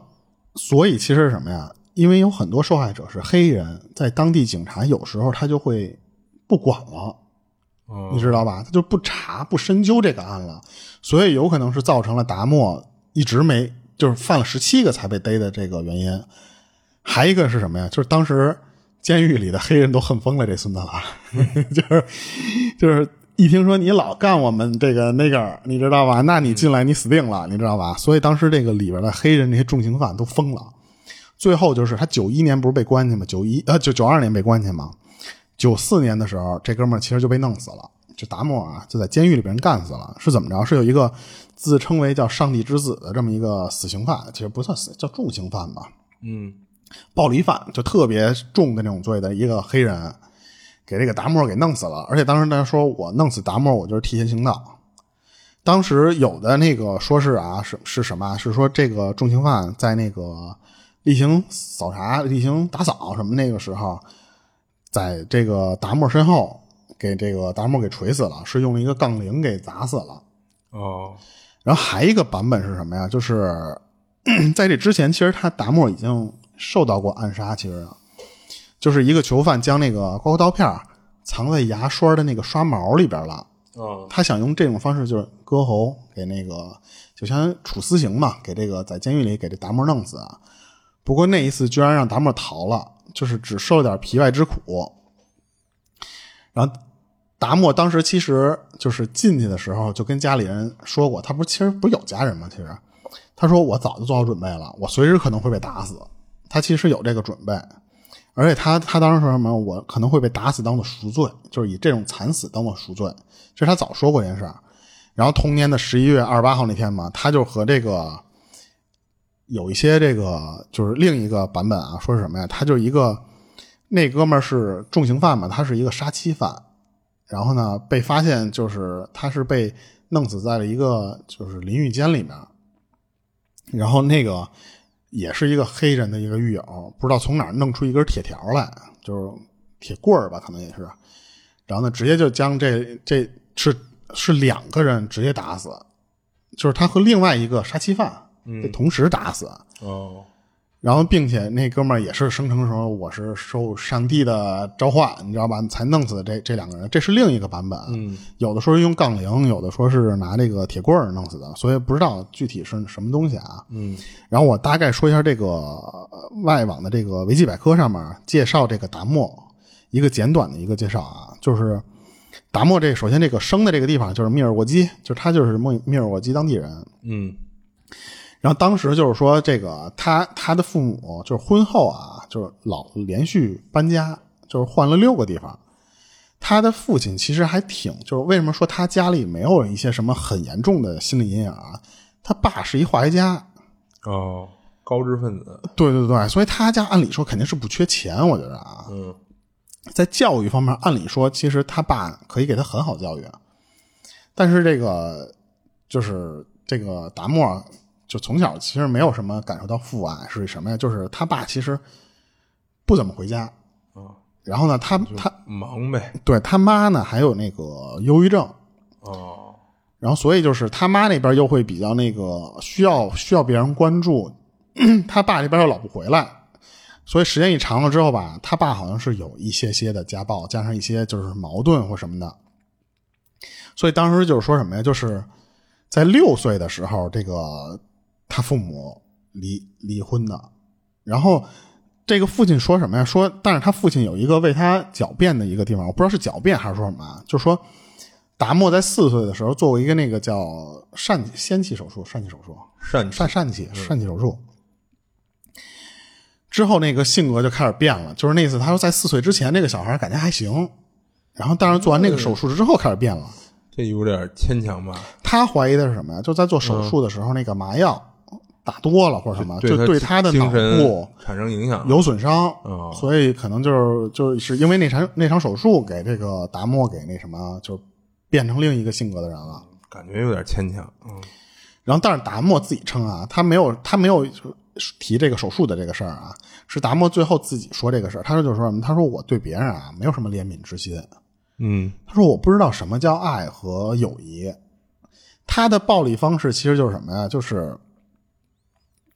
Speaker 1: 所以其实是什么呀？因为有很多受害者是黑人，在当地警察有时候他就会不管了，
Speaker 2: 哦
Speaker 1: 你知道吧？他就不查不深究这个案了，所以有可能是造成了达莫一直没就是犯了十七个才被逮的这个原因，还一个是什么呀？就是当时监狱里的黑人都恨疯了 这孙大娃，就是就是一听说你老干我们这个那个，你知道吧？那你进来你死定了，你知道吧？所以当时这个里边的黑人这些重刑犯都疯了。最后就是他九一年不是被关去吗？九一呃九九二年被关去吗？九四年的时候，这哥们儿其实就被弄死了，就达莫啊，就在监狱里被人干死了。是怎么着？是有一个自称为叫“上帝之子”的这么一个死刑犯，其实不算死，叫重刑犯吧，
Speaker 2: 嗯，
Speaker 1: 暴力犯，就特别重的那种罪的一个黑人，给这个达莫给弄死了。而且当时他说：“我弄死达莫，我就是替天行道。”当时有的那个说是啊，是是什么啊？是说这个重刑犯在那个例行扫查、例行打扫什么那个时候，在这个达莫身后给这个达莫给锤死了，是用了一个杠铃给砸死了。
Speaker 2: 哦，
Speaker 1: 然后还一个版本是什么呀？就是 在这之前，其实他达莫已经受到过暗杀，其实啊就是一个囚犯将那个刮胡刀片儿藏在牙刷的那个刷毛里边了。
Speaker 2: 哦，
Speaker 1: 他想用这种方式就是割喉，给那个就相当于处死刑嘛，给这个在监狱里给这达摩弄死。啊不过那一次居然让达摩逃了，就是只受了点皮外之苦。然后达摩当时其实就是进去的时候就跟家里人说过，他不是其实不是有家人吗？其实他说我早就做好准备了，我随时可能会被打死。他其实有这个准备，而且他他当时说什么，我可能会被打死当做赎罪，就是以这种惨死当做赎罪。这是他早说过这件事儿。然后同年的十一月二十八号那天嘛，他就和这个有一些这个就是另一个版本啊，说是什么呀？他就是一个那哥们儿是重刑犯嘛，他是一个杀妻犯，然后呢被发现就是他是被弄死在了一个就是淋浴间里面，然后那个也是一个黑人的一个狱友，不知道从哪儿弄出一根铁条来，就是铁棍儿吧，可能也是，然后呢直接就将这这是是两个人直接打死，就是他和另外一个杀妻犯被同时打死。
Speaker 2: 哦，
Speaker 1: 然后，并且那哥们儿也是声称说我是受上帝的召唤，你知道吧？才弄死的这这两个人，这是另一个版本。啊
Speaker 2: 嗯，
Speaker 1: 有的说是用杠铃，有的说是拿这个铁棍儿弄死的，所以不知道具体是什么东西啊。
Speaker 2: 嗯，
Speaker 1: 然后我大概说一下这个呃外网的这个维基百科上面介绍这个达莫一个简短的一个介绍啊，就是达莫这首先这个生的这个地方就是密尔沃基，就是他就是密密尔沃基当地人，
Speaker 2: 嗯，
Speaker 1: 然后当时就是说，这个他他的父母就是婚后啊，就是老连续搬家，就是换了六个地方。他的父亲其实还挺，就是为什么说他家里没有一些什么很严重的心理阴影啊？他爸是一化学家，
Speaker 2: 哦，高知分子，
Speaker 1: 对对对，所以他家按理说肯定是不缺钱，我觉得啊，
Speaker 2: 嗯，
Speaker 1: 在教育方面，按理说其实他爸可以给他很好教育，啊但是这个就是这个达莫就从小其实没有什么感受到父爱是什么呀？就是他爸其实不怎么回家，
Speaker 2: 啊，
Speaker 1: 然后呢，他他
Speaker 2: 忙呗，
Speaker 1: 对他妈呢还有那个忧郁症，
Speaker 2: 哦，
Speaker 1: 然后所以就是他妈那边又会比较那个需要需要别人关注， 他爸这边又老不回来，所以时间一长了之后吧，他爸好像是有一些些的家暴，加上一些就是矛盾或什么的，所以当时就是说什么呀，就是在六岁的时候，这个他父母离离婚的，然后。这个父亲说什么呀？说，但是他父亲有一个为他狡辩的一个地方，我不知道是狡辩还是说什么啊，就是说，达莫在四岁的时候做过一个那个叫疝气先气手术，疝气手术，
Speaker 2: 善
Speaker 1: 疝疝气疝气手术。之后那个性格就开始变了，就是那次他说在四岁之前这个小孩感觉还行，然后但是做完那个手术之后开始变了。
Speaker 2: 这有点牵强吧？
Speaker 1: 他怀疑的是什么呀？就在做手术的时候那个麻药打多了或者什么，就啊对他嗯的脑
Speaker 2: 精
Speaker 1: 部
Speaker 2: 神产生影响，
Speaker 1: 有损伤，
Speaker 2: 哦
Speaker 1: 所以可能就是就是因为那场那场手术给这个达莫给那什么，就变成另一个性格的人了。
Speaker 2: 感觉有点牵强，嗯，
Speaker 1: 然后，但是达莫自己称啊，他没有他没有提这个手术的这个事儿啊，是达莫最后自己说这个事儿。他说就是说什么？他说我对别人啊没有什么怜悯之心，
Speaker 2: 嗯，
Speaker 1: 他说我不知道什么叫爱和友谊。他的暴力方式其实就是什么呀？就是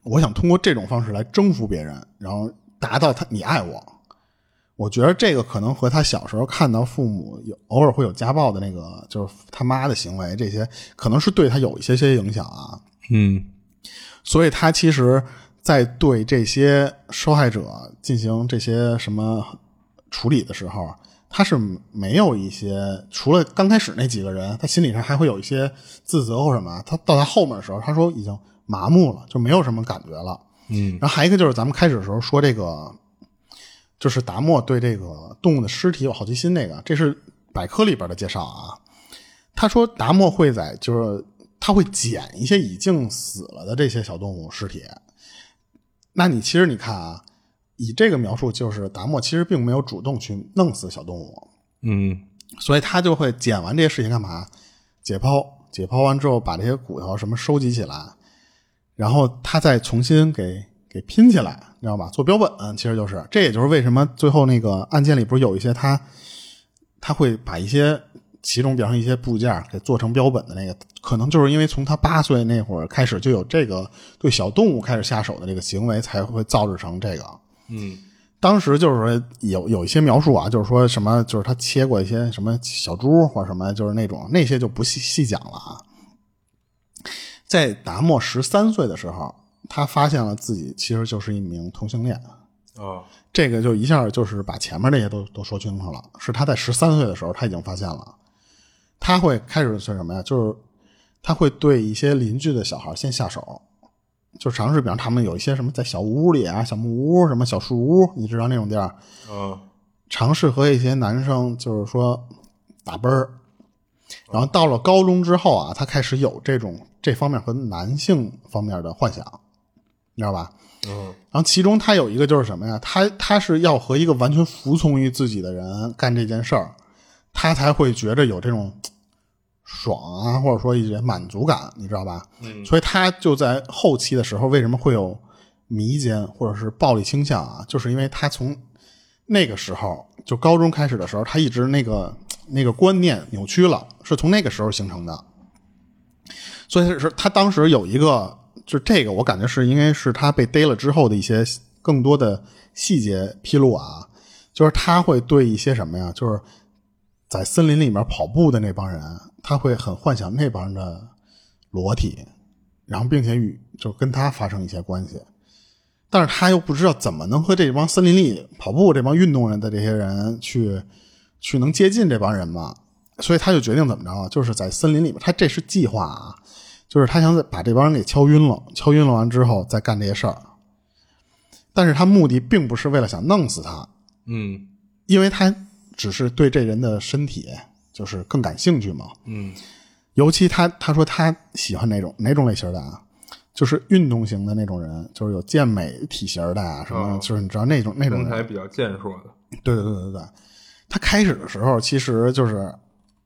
Speaker 1: 我想通过这种方式来征服别人，然后达到他你爱我。我觉得这个可能和他小时候看到父母有偶尔会有家暴的那个，就是他妈的行为，这些可能是对他有一些些影响啊。
Speaker 2: 嗯，
Speaker 1: 所以他其实在对这些受害者进行这些什么处理的时候，啊他是没有一些除了刚开始那几个人，他心理上还会有一些自责或什么。啊他到他后面的时候，他说已经麻木了，就没有什么感觉了。
Speaker 2: 嗯，
Speaker 1: 然后还有一个就是咱们开始的时候说这个，就是达莫对这个动物的尸体有好奇心，那个这是百科里边的介绍啊。他说达莫会在就是他会捡一些已经死了的这些小动物尸体。那你其实你看啊，以这个描述就是达莫其实并没有主动去弄死小动物，
Speaker 2: 嗯，
Speaker 1: 所以他就会捡完这些事情干嘛？解剖，解剖完之后把这些骨头什么收集起来，然后他再重新给给拼起来，你知道吧？做标本、其实就是，这也就是为什么最后那个案件里不是有一些他他会把一些其中比方说一些部件给做成标本的那个，可能就是因为从他八岁那会儿开始就有这个对小动物开始下手的这个行为，才会造制成这个。当时就是说有有一些描述啊，就是说什么，就是他切过一些什么小猪或者什么，就是那种那些就不细细讲了啊。在达莫十三岁的时候，他发现了自己其实就是一名同性恋，
Speaker 2: 啊，
Speaker 1: 这个就一下就是把前面那些都都说清楚了。是他在十三岁的时候他已经发现了，他会开始是什么呀？就是他会对一些邻居的小孩先下手，就尝试，比方他们有一些什么在小屋里啊、小木屋、什么小树屋，你知道那种地儿，
Speaker 2: 啊，
Speaker 1: 尝试和一些男生就是说打啵儿。然后到了高中之后啊，他开始有这种这方面和男性方面的幻想，你知道吧？
Speaker 2: 嗯，
Speaker 1: 然后其中他有一个就是什么呀？他他是要和一个完全服从于自己的人干这件事儿，他才会觉着有这种嘖爽啊，或者说一些满足感，你知道吧？嗯，所以他就在后期的时候，为什么会有迷奸或者是暴力倾向啊？就是因为他从那个时候就高中开始的时候，他一直那个嘖那个观念扭曲了，是从那个时候形成的。所以是他当时有一个，就这个我感觉是因为是他被逮了之后的一些更多的细节披露啊，就是他会对一些什么呀，就是在森林里面跑步的那帮人，他会很幻想那帮人的裸体，然后并且与就跟他发生一些关系，但是他又不知道怎么能和这帮森林里跑步这帮运动人的这些人去去能接近这帮人嘛，所以他就决定怎么着啊，就是在森林里面，他这是计划啊，就是他想把这帮人给敲晕了，敲晕了完之后再干这些事儿，但是他目的并不是为了想弄死他，
Speaker 2: 嗯，
Speaker 1: 因为他只是对这人的身体就是更感兴趣嘛。
Speaker 2: 嗯，
Speaker 1: 尤其他他说他喜欢哪种哪种类型的啊，就是运动型的那种人，就是有健美体型的啊，什么、
Speaker 2: 哦
Speaker 1: 就是你知道那种那种
Speaker 2: 身
Speaker 1: 人，
Speaker 2: 材比较健硕的，
Speaker 1: 对对对对对，他开始的时候其实就是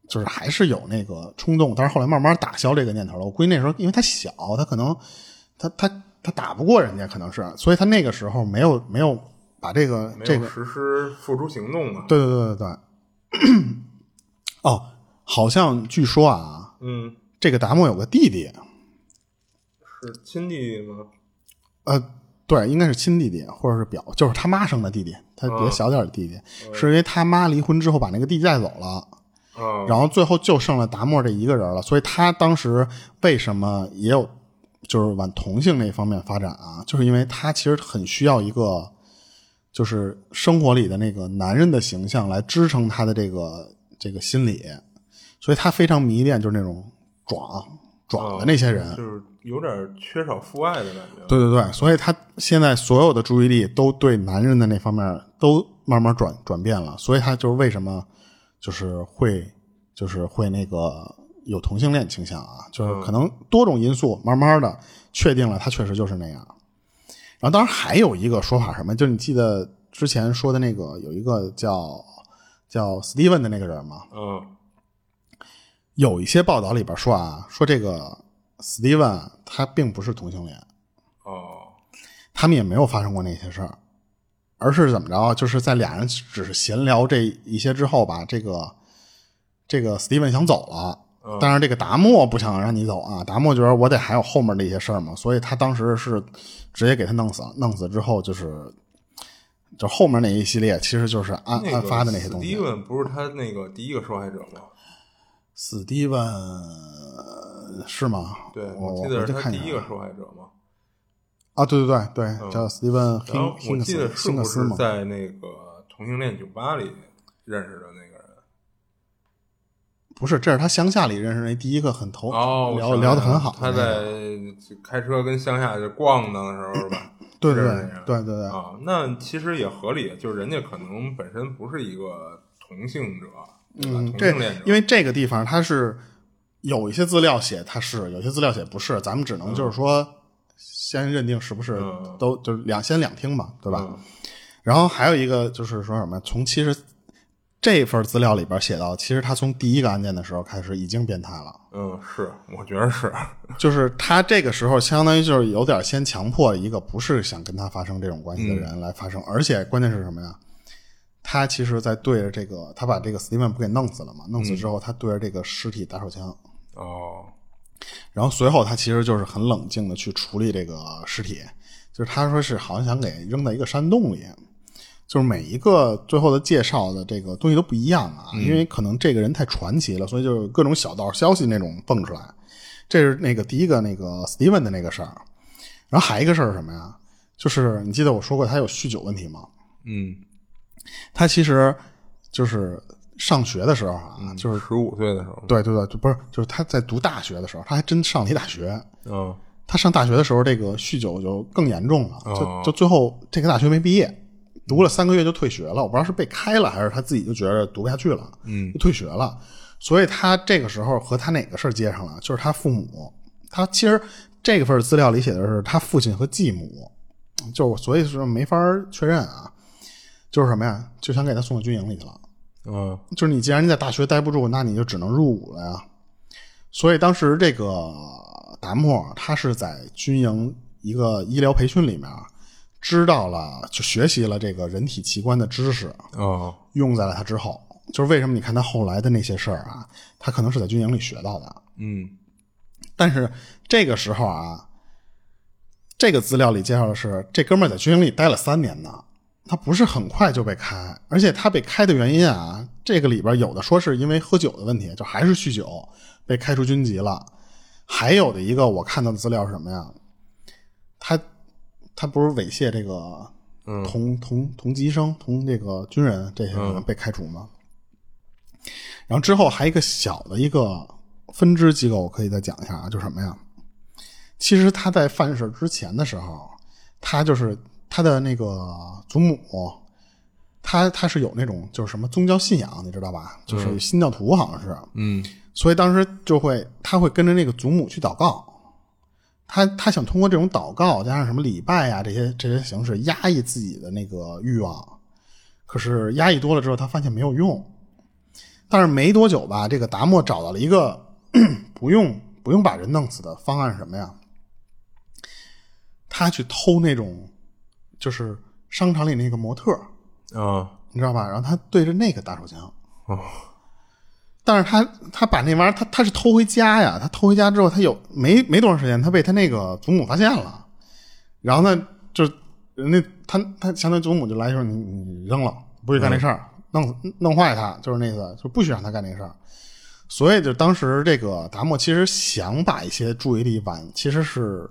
Speaker 1: 就是还是有那个冲动，但是后来慢慢打消这个念头了。我估计那时候因为他小，他可能他他他打不过人家，可能是，所以他那个时候没有没有把这个
Speaker 2: 没
Speaker 1: 这
Speaker 2: 有
Speaker 1: 个
Speaker 2: 实施付诸行动啊，
Speaker 1: 对对对对对， 哦，好像据说啊，
Speaker 2: 嗯，
Speaker 1: 这个达莫有个弟弟，
Speaker 2: 是亲弟弟吗？
Speaker 1: 呃，对，应该是亲弟弟或者是表，就是他妈生的弟弟，他比他
Speaker 2: 嗯
Speaker 1: 小点儿的弟弟，是因为他妈离婚之后把那个弟弟带走了。
Speaker 2: 啊，
Speaker 1: 然后最后就剩了达莫这一个人了，所以他当时为什么也有就是往同性那方面发展啊？就是因为他其实很需要一个就是生活里的那个男人的形象来支撑他的这个这个心理，所以他非常迷恋就是那种壮壮的那些人，
Speaker 2: 就是有点缺少父爱的感觉，
Speaker 1: 对对对，所以他现在所有的注意力都对男人的那方面都慢慢转转变了，所以他就是为什么就是会就是会那个有同性恋倾向啊，就是可能多种因素慢慢的确定了他确实就是那样。然后当然还有一个说法什么，就是你记得之前说的那个有一个叫叫 Steven 的那个人吗？
Speaker 2: 嗯，
Speaker 1: 有一些报道里边说啊，说这个 Steven 他并不是同性恋。
Speaker 2: 哦，
Speaker 1: 他们也没有发生过那些事儿，而是怎么着啊？就是在俩人只是闲聊这一些之后吧，这个这个 Steven 想走了，但是这个达莫不想让你走啊。达莫觉得我得还有后面的一些事儿嘛，所以他当时是直接给他弄死了。弄死之后就是，就后面那一系列其实就是案、
Speaker 2: 那
Speaker 1: 案
Speaker 2: 个
Speaker 1: 发的那些东西。
Speaker 2: Steven 不是他那个第一个受害者吗？
Speaker 1: Steven 是吗？
Speaker 2: 对，
Speaker 1: 我
Speaker 2: 记得
Speaker 1: 回去
Speaker 2: 是他
Speaker 1: 看
Speaker 2: 第
Speaker 1: 下
Speaker 2: 一个受害者嘛。
Speaker 1: 啊，对对对对，叫 Steven
Speaker 2: 然后
Speaker 1: King
Speaker 2: 我记得
Speaker 1: King
Speaker 2: 是
Speaker 1: 辛
Speaker 2: 不
Speaker 1: 克斯
Speaker 2: 是
Speaker 1: 嘛？
Speaker 2: 在那个同性恋酒吧里认识的那个人？
Speaker 1: 不是，这是他乡下里认识那第一个很投，
Speaker 2: 哦，我
Speaker 1: 聊
Speaker 2: 想
Speaker 1: 聊得
Speaker 2: 起来了
Speaker 1: 很好的
Speaker 2: 他
Speaker 1: 那个。
Speaker 2: 在开车跟乡下就逛荡的时候是吧？
Speaker 1: 对对
Speaker 2: 是
Speaker 1: 对对
Speaker 2: 那个
Speaker 1: 对对，
Speaker 2: 啊，那其实也合理，就是人家可能本身不是一个同性者，对吧
Speaker 1: 嗯，
Speaker 2: 同
Speaker 1: 这
Speaker 2: 性恋者，
Speaker 1: 因为这个地方它是有一些资料写它是，有些资料写不是，咱们只能就是说先认定是不是
Speaker 2: 嗯
Speaker 1: 都就是两先两听嘛，对吧？
Speaker 2: 嗯
Speaker 1: 然后还有一个就是说什么，从其实这份资料里边写到，其实他从第一个案件的时候开始已经变态了，
Speaker 2: 嗯，是，我觉得是，
Speaker 1: 就是他这个时候相当于就是有点先强迫一个不是想跟他发生这种关系的人来发生，而且关键是什么呀？他其实，在对着这个，他把这个 Steven 不给弄死了嘛？弄死之后，他对着这个尸体打手枪，
Speaker 2: 哦，
Speaker 1: 然后随后他其实就是很冷静的去处理这个尸体，就是他说是好像想给扔在一个山洞里，就是每一个最后的介绍的这个东西都不一样啊，因为可能这个人太传奇了，所以就有各种小道消息那种蹦出来。这是那个第一个那个 Steven 的那个事儿，然后还有一个事儿是什么呀？就是你记得我说过他有酗酒问题吗？
Speaker 2: 嗯，
Speaker 1: 他其实就是上学的时候啊，就是
Speaker 2: 十五岁的时候，
Speaker 1: 对对对，就不是就是他在读大学的时候，他还真上了一大学。
Speaker 2: 嗯，
Speaker 1: 他上大学的时候，这个酗酒就更严重了，
Speaker 2: 哦
Speaker 1: 就就最后这个大学没毕业，读了三个月就退学了。我不知道是被开了还是他自己就觉得读不下去了，
Speaker 2: 嗯，
Speaker 1: 就退学了。所以他这个时候和他哪个事儿接上了？就是他父母，他其实这份资料里写的是他父亲和继母，就所以说没法确认啊。就是什么呀？就想给他送到军营里去了。
Speaker 2: 嗯，
Speaker 1: 就是你既然你在大学待不住，那你就只能入伍了呀。所以当时这个达莫他是在军营一个医疗培训里面啊知道了，就学习了这个人体器官的知识，
Speaker 2: 哦，
Speaker 1: 用在了他之后。就是为什么你看他后来的那些事儿啊，他可能是在军营里学到的。
Speaker 2: 嗯，
Speaker 1: 但是这个时候啊，这个资料里介绍的是，这哥们儿在军营里待了三年呢，他不是很快就被开，而且他被开的原因啊，这个里边有的说是因为喝酒的问题，就还是酗酒被开除军籍了，还有的一个我看到的资料是什么呀？他他不是猥亵这个
Speaker 2: 嗯
Speaker 1: 同同同级生、同这个军人这些人被开除吗？然后之后还有一个小的一个分支机构，我可以再讲一下啊，就是什么呀？其实他在犯事之前的时候，他就是他的那个祖母，他他是有那种就是什么宗教信仰，你知道吧？就是新教徒好像是，
Speaker 2: 嗯，
Speaker 1: 所以当时就会他会跟着那个祖母去祷告，他他想通过这种祷告加上什么礼拜啊这些这些形式压抑自己的那个欲望，可是压抑多了之后，他发现没有用。但是没多久吧，这个达莫找到了一个不用不用把人弄死的方案是什么呀？他去偷那种就是商场里那个模特儿，
Speaker 2: 啊，
Speaker 1: 你知道吧？然后他对着那个打手枪，
Speaker 2: 哦，
Speaker 1: 但是他他把那玩意儿，他他是偷回家呀，他偷回家之后，他有没没多长时间，他被他那个祖母发现了，然后呢，就是人家他他相当于祖母就来说你你扔了，不许干这事儿，弄弄坏他，就是那意思，就不许让他干这事儿。所以就当时这个达莫其实想把一些注意力往其实是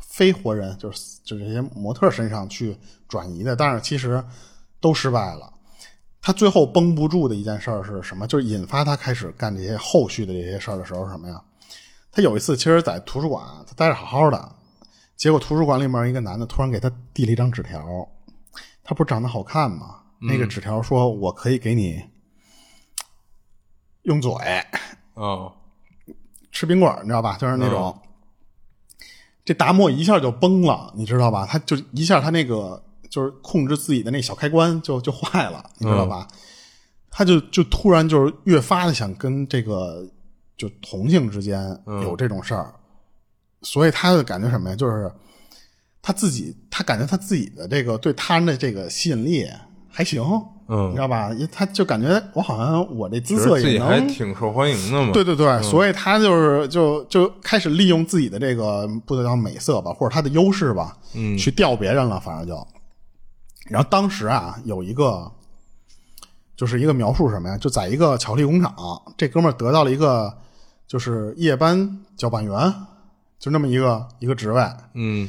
Speaker 1: 非活人，就是就是这些模特身上去转移的，但是其实都失败了。他最后绷不住的一件事儿是什么？就是引发他开始干这些后续的这些事儿的时候是什么呀？他有一次其实，在图书馆他待着好好的，结果图书馆里面一个男的突然给他递了一张纸条，他不是长得好看吗？那个纸条说：“我可以给你用嘴
Speaker 2: 哦，
Speaker 1: 吃冰棍儿，你知道吧？就是那种。
Speaker 2: 嗯
Speaker 1: 这达莫一下就崩了，你知道吧？他就一下他那个就是控制自己的那小开关就就坏了，你知道吧？
Speaker 2: 嗯
Speaker 1: 他就就突然就是越发的想跟这个就同性之间
Speaker 2: 嗯
Speaker 1: 有这种事儿，所以他的感觉什么呀？就是他自己，他感觉他自己的这个对他人的这个吸引力还行，你
Speaker 2: 嗯
Speaker 1: 知，道吧？因为他就感觉我好像我这姿
Speaker 2: 觉得
Speaker 1: 色
Speaker 2: 自
Speaker 1: 也
Speaker 2: 己
Speaker 1: 能
Speaker 2: 还挺受欢迎的嘛，
Speaker 1: 对对对，所以他就是就就开始利用自己的这个不能叫美色吧，或者他的优势吧，
Speaker 2: 嗯
Speaker 1: 去钓别人了，反正就。然后当时啊，有一个就是一个描述什么呀，就在一个巧克力工厂，这哥们儿得到了一个就是夜班搅拌员，就那么一个一个职位。
Speaker 2: 嗯，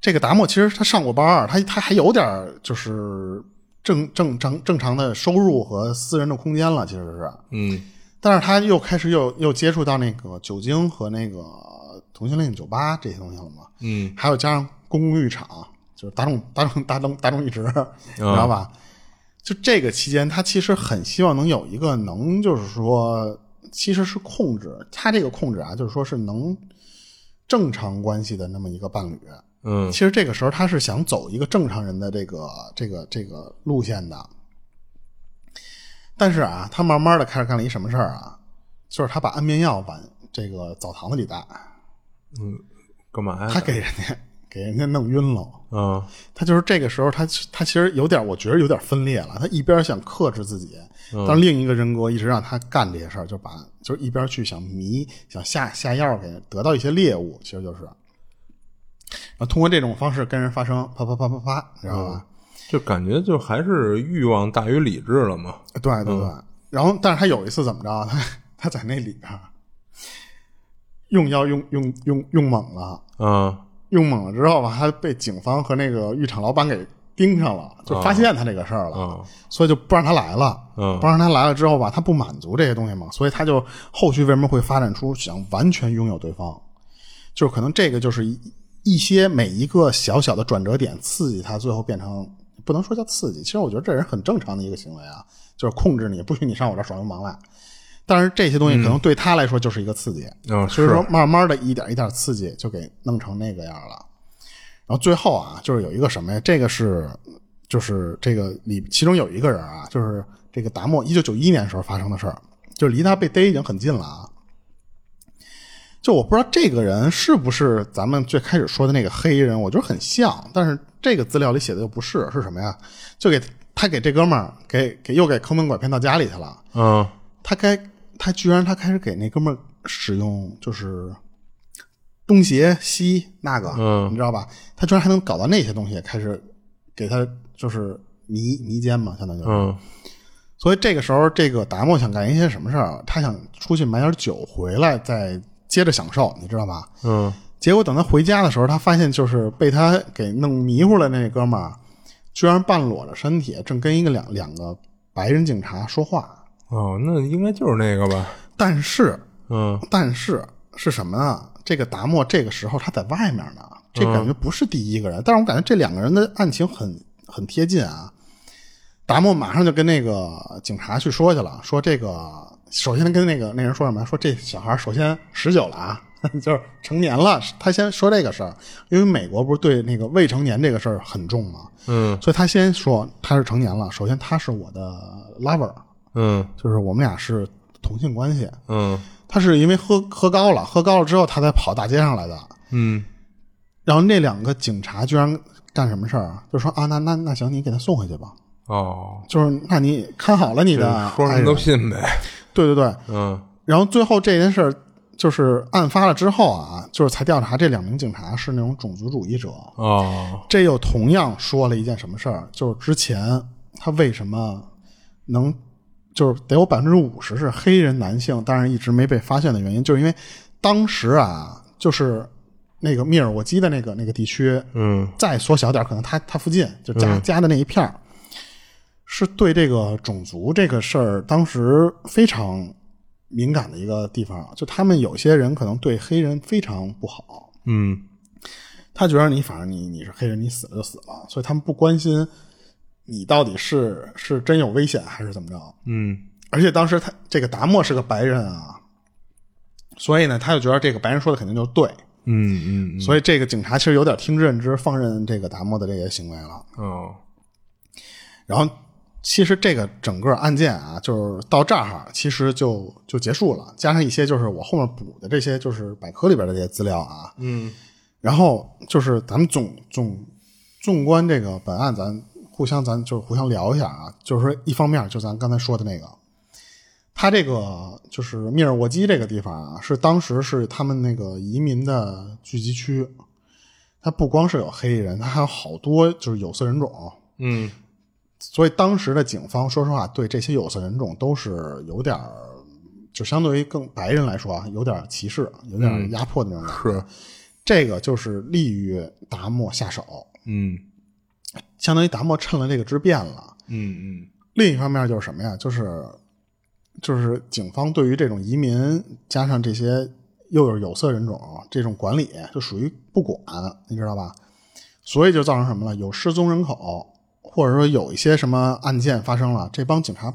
Speaker 1: 这个达莫其实他上过班儿，他他还有点儿就是正正常正常的收入和私人的空间了，其实是，
Speaker 2: 嗯
Speaker 1: 但是他又开始又又接触到那个酒精和那个同性恋酒吧这些东西了嘛，
Speaker 2: 嗯
Speaker 1: 还有加上公共浴场，就是大众大众大众大众浴池，你知道吧？就这个期间，他其实很希望能有一个能，就是说，其实是控制他这个控制啊，就是说是能正常关系的那么一个伴侣。
Speaker 2: 嗯
Speaker 1: 其实这个时候他是想走一个正常人的这个这个这个路线的，但是啊，他慢慢的开始干了一什么事儿啊，就是他把安眠药往这个澡堂子里带，
Speaker 2: 干嘛呀？
Speaker 1: 他给人家给人家弄晕了。
Speaker 2: 嗯
Speaker 1: 他就是这个时候他，他其实有点，我觉得有点分裂了。他一边想克制自己，但另一个人格一直让他干这些事儿，就把就是一边去想迷，想下下药给得到一些猎物，其实就是，然后通过这种方式跟人发生啪啪啪啪啪，你知道吧？
Speaker 2: 就感觉就还是欲望大于理智了嘛。
Speaker 1: 对对对。然后，但是他有一次怎么着？他 他在那里边儿用药用用用用猛了，
Speaker 2: 嗯
Speaker 1: 用猛了之后吧，他被警方和那个浴场老板给盯上了，就发现他这个事儿了。
Speaker 2: 嗯
Speaker 1: 所以就不让他来了。
Speaker 2: 嗯
Speaker 1: 不让他来了之后吧，他不满足这些东西嘛，所以他就后续为什么会发展出想完全拥有对方，就是可能这个就是一一些每一个小小的转折点刺激他，最后变成不能说叫刺激，其实我觉得这人很正常的一个行为啊，就是控制你，不许你上我这耍流氓来。但是这些东西可能对他来说就是一个刺激，
Speaker 2: 嗯，
Speaker 1: 所以
Speaker 2: 是
Speaker 1: 说慢慢的一点一点刺激就给弄成那个样了。然后最后啊，就是有一个什么呀？这个是就是这个里其中有一个人啊，就是这个达莫一九九一年时候发生的事儿，就离他被逮已经很近了啊。就我不知道这个人是不是咱们最开始说的那个黑衣人，我觉得很像，但是这个资料里写的又不是，是什么呀？就给他给这哥们儿给给又给坑蒙拐骗到家里去了。
Speaker 2: 嗯
Speaker 1: 他该他居然他开始给那哥们儿使用就是东邪西那个，
Speaker 2: 嗯
Speaker 1: 你知道吧？他居然还能搞到那些东西，开始给他就是迷迷奸嘛，相当于就是。
Speaker 2: 嗯
Speaker 1: 所以这个时候，这个达莫想干一些什么事儿？啊他想出去买点酒回来，再接着享受，你知道吧？
Speaker 2: 嗯
Speaker 1: 结果等他回家的时候，他发现就是被他给弄迷糊了那哥们儿，啊居然半裸着身体，正跟一个两两个白人警察说话。
Speaker 2: 哦，那应该就是那个吧。
Speaker 1: 但是
Speaker 2: 嗯
Speaker 1: 但是是什么呢？这个达莫这个时候他在外面呢，这感觉不是第一个人，但是我感觉这两个人的案情很很贴近啊。达莫马上就跟那个警察去说去了，说这个首先跟那个那人说什么？说这小孩首先十九了啊， 就是成年了。他先说这个事儿，因为美国不是对那个未成年这个事儿很重嘛，
Speaker 2: 嗯
Speaker 1: 所以他先说他是成年了。首先他是我的 lover，
Speaker 2: 嗯
Speaker 1: 就是我们俩是同性关系。
Speaker 2: 嗯
Speaker 1: 他是因为喝喝高了，喝高了之后他才跑大街上来的。
Speaker 2: 嗯
Speaker 1: 然后那两个警察居然干什么事儿啊？就说啊，那那那行，你给他送回去吧。
Speaker 2: 哦，
Speaker 1: 就是那你看好了你的
Speaker 2: 说什
Speaker 1: 爱
Speaker 2: 么都
Speaker 1: 人
Speaker 2: 信呗。
Speaker 1: 对对对。
Speaker 2: 嗯
Speaker 1: 然后最后这件事儿就是案发了之后啊，就是才调查这两名警察是那种种族主义者。
Speaker 2: 哦
Speaker 1: 这又同样说了一件什么事儿，就是之前他为什么能就是得有百分之五十是黑人男性，但是一直没被发现的原因，就是因为当时啊，就是那个密尔沃基的那个那个地区，
Speaker 2: 嗯
Speaker 1: 再缩小点儿，可能他他附近就加加的那一片儿，是对这个种族这个事儿当时非常敏感的一个地方，就他们有些人可能对黑人非常不好，
Speaker 2: 嗯
Speaker 1: 他觉得你反正你你是黑人，你死了就死了，所以他们不关心你到底是是真有危险还是怎么着。
Speaker 2: 嗯
Speaker 1: 而且当时他这个达莫是个白人啊，所以呢，他就觉得这个白人说的肯定就是对，
Speaker 2: 嗯嗯嗯
Speaker 1: 所以这个警察其实有点听之任之，放任这个达莫的这些行为了。
Speaker 2: 哦
Speaker 1: 然后其实这个整个案件啊，就是到这儿哈其实就就结束了，加上一些就是我后面补的这些就是百科里边的这些资料啊，
Speaker 2: 嗯
Speaker 1: 然后就是咱们总总纵观这个本案，咱互相咱就是互相聊一下啊。就是说，一方面就咱刚才说的那个，他这个就是密尔沃基这个地方啊，是当时是他们那个移民的聚集区。它不光是有黑衣人，它还有好多就是有色人种，
Speaker 2: 嗯
Speaker 1: 所以当时的警方，说实话，对这些有色人种都是有点儿，就相对于更白人来说啊，有点儿歧视，有点儿压迫的那种感觉。
Speaker 2: 是
Speaker 1: 这个就是利于达摩下手，
Speaker 2: 嗯
Speaker 1: 相当于达摩趁了这个之便了。
Speaker 2: 嗯
Speaker 1: 另一方面就是什么呀？就是就是警方对于这种移民加上这些又有有色人种这种管理，就属于不管，你知道吧？所以就造成什么了？有失踪人口，或者说有一些什么案件发生了，这帮警察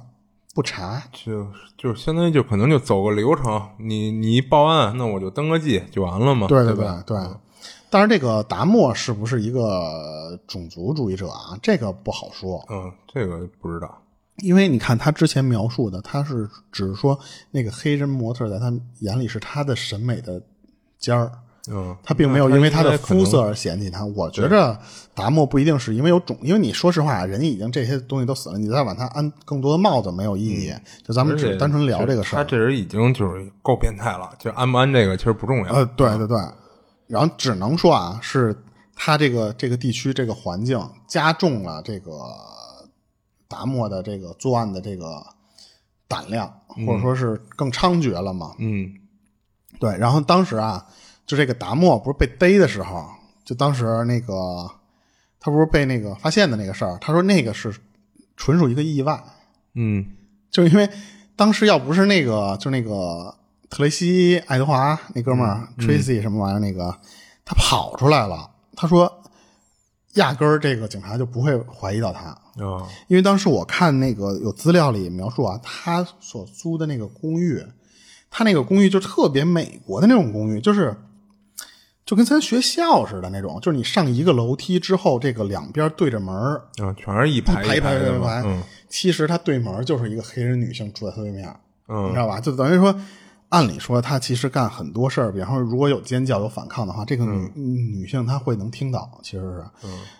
Speaker 1: 不查，
Speaker 2: 嗯，就就相当于就可能就走个流程，你你一报案，那我就登个记就完了嘛，
Speaker 1: 对
Speaker 2: 对
Speaker 1: 对
Speaker 2: 吧
Speaker 1: 对。但是这个达莫是不是一个种族主义者啊？这个不好说，
Speaker 2: 嗯，这个不知道，
Speaker 1: 因为你看他之前描述的，他是只是说那个黑人模特在他眼里是他的审美的尖儿，
Speaker 2: 嗯，
Speaker 1: 他并没有因为他的肤色而嫌弃他。我觉着达莫不一定是因为有种，因为你说实话，啊人已经这些东西都死了，你再往他安更多的帽子没有意义。就咱们
Speaker 2: 嗯而且
Speaker 1: 只单纯聊这个事儿。
Speaker 2: 他这人已经就是够变态了，就安不安这个其实不重要。
Speaker 1: 呃，对对对，然后只能说啊，是他这个这个地区这个环境加重了这个达莫的这个作案的这个胆量，或者说是更猖獗了嘛。
Speaker 2: 嗯
Speaker 1: 对，然后当时啊，就这个达莫不是被逮的时候，就当时那个他不是被那个发现的那个事儿，他说那个是纯属一个意外，
Speaker 2: 嗯
Speaker 1: 就是因为当时要不是那个，就那个特雷西·爱德华那哥们儿、Tracy 什么玩意儿那个，他跑出来了，他说压根儿这个警察就不会怀疑到他，
Speaker 2: 啊
Speaker 1: 因为当时我看那个有资料里描述啊，他所租的那个公寓，他那个公寓就特别美国的那种公寓，就是就跟咱学校似的那种，就是你上一个楼梯之后，这个两边对着门儿
Speaker 2: 啊，全是一
Speaker 1: 排
Speaker 2: 排排
Speaker 1: 排
Speaker 2: 的
Speaker 1: 排
Speaker 2: 嘛，嗯
Speaker 1: 其实他对门就是一个黑人女性住在他对面，你知
Speaker 2: 嗯
Speaker 1: 道吧？就等于说，按理说他其实干很多事儿，比方说如果有尖叫有反抗的话，这个女、
Speaker 2: 嗯
Speaker 1: 女性她会能听到，其实是。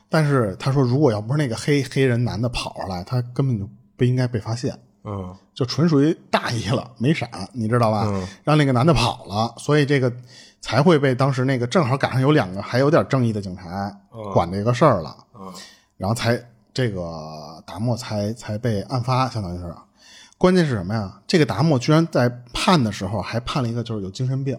Speaker 1: 但是他说，如果要不是那个黑黑人男的跑出来，他根本就不应该被发现。
Speaker 2: 嗯
Speaker 1: 就纯属于大意了，没闪，你知道吧？
Speaker 2: 嗯
Speaker 1: 让那个男的跑了，所以这个才会被当时那个正好赶上有两个还有点正义的警察
Speaker 2: 嗯
Speaker 1: 管这个事儿了，
Speaker 2: 嗯
Speaker 1: 然后才这个达莫才才被案发，相当于是。关键是什么呀？这个达莫居然在判的时候还判了一个，就是有精神病，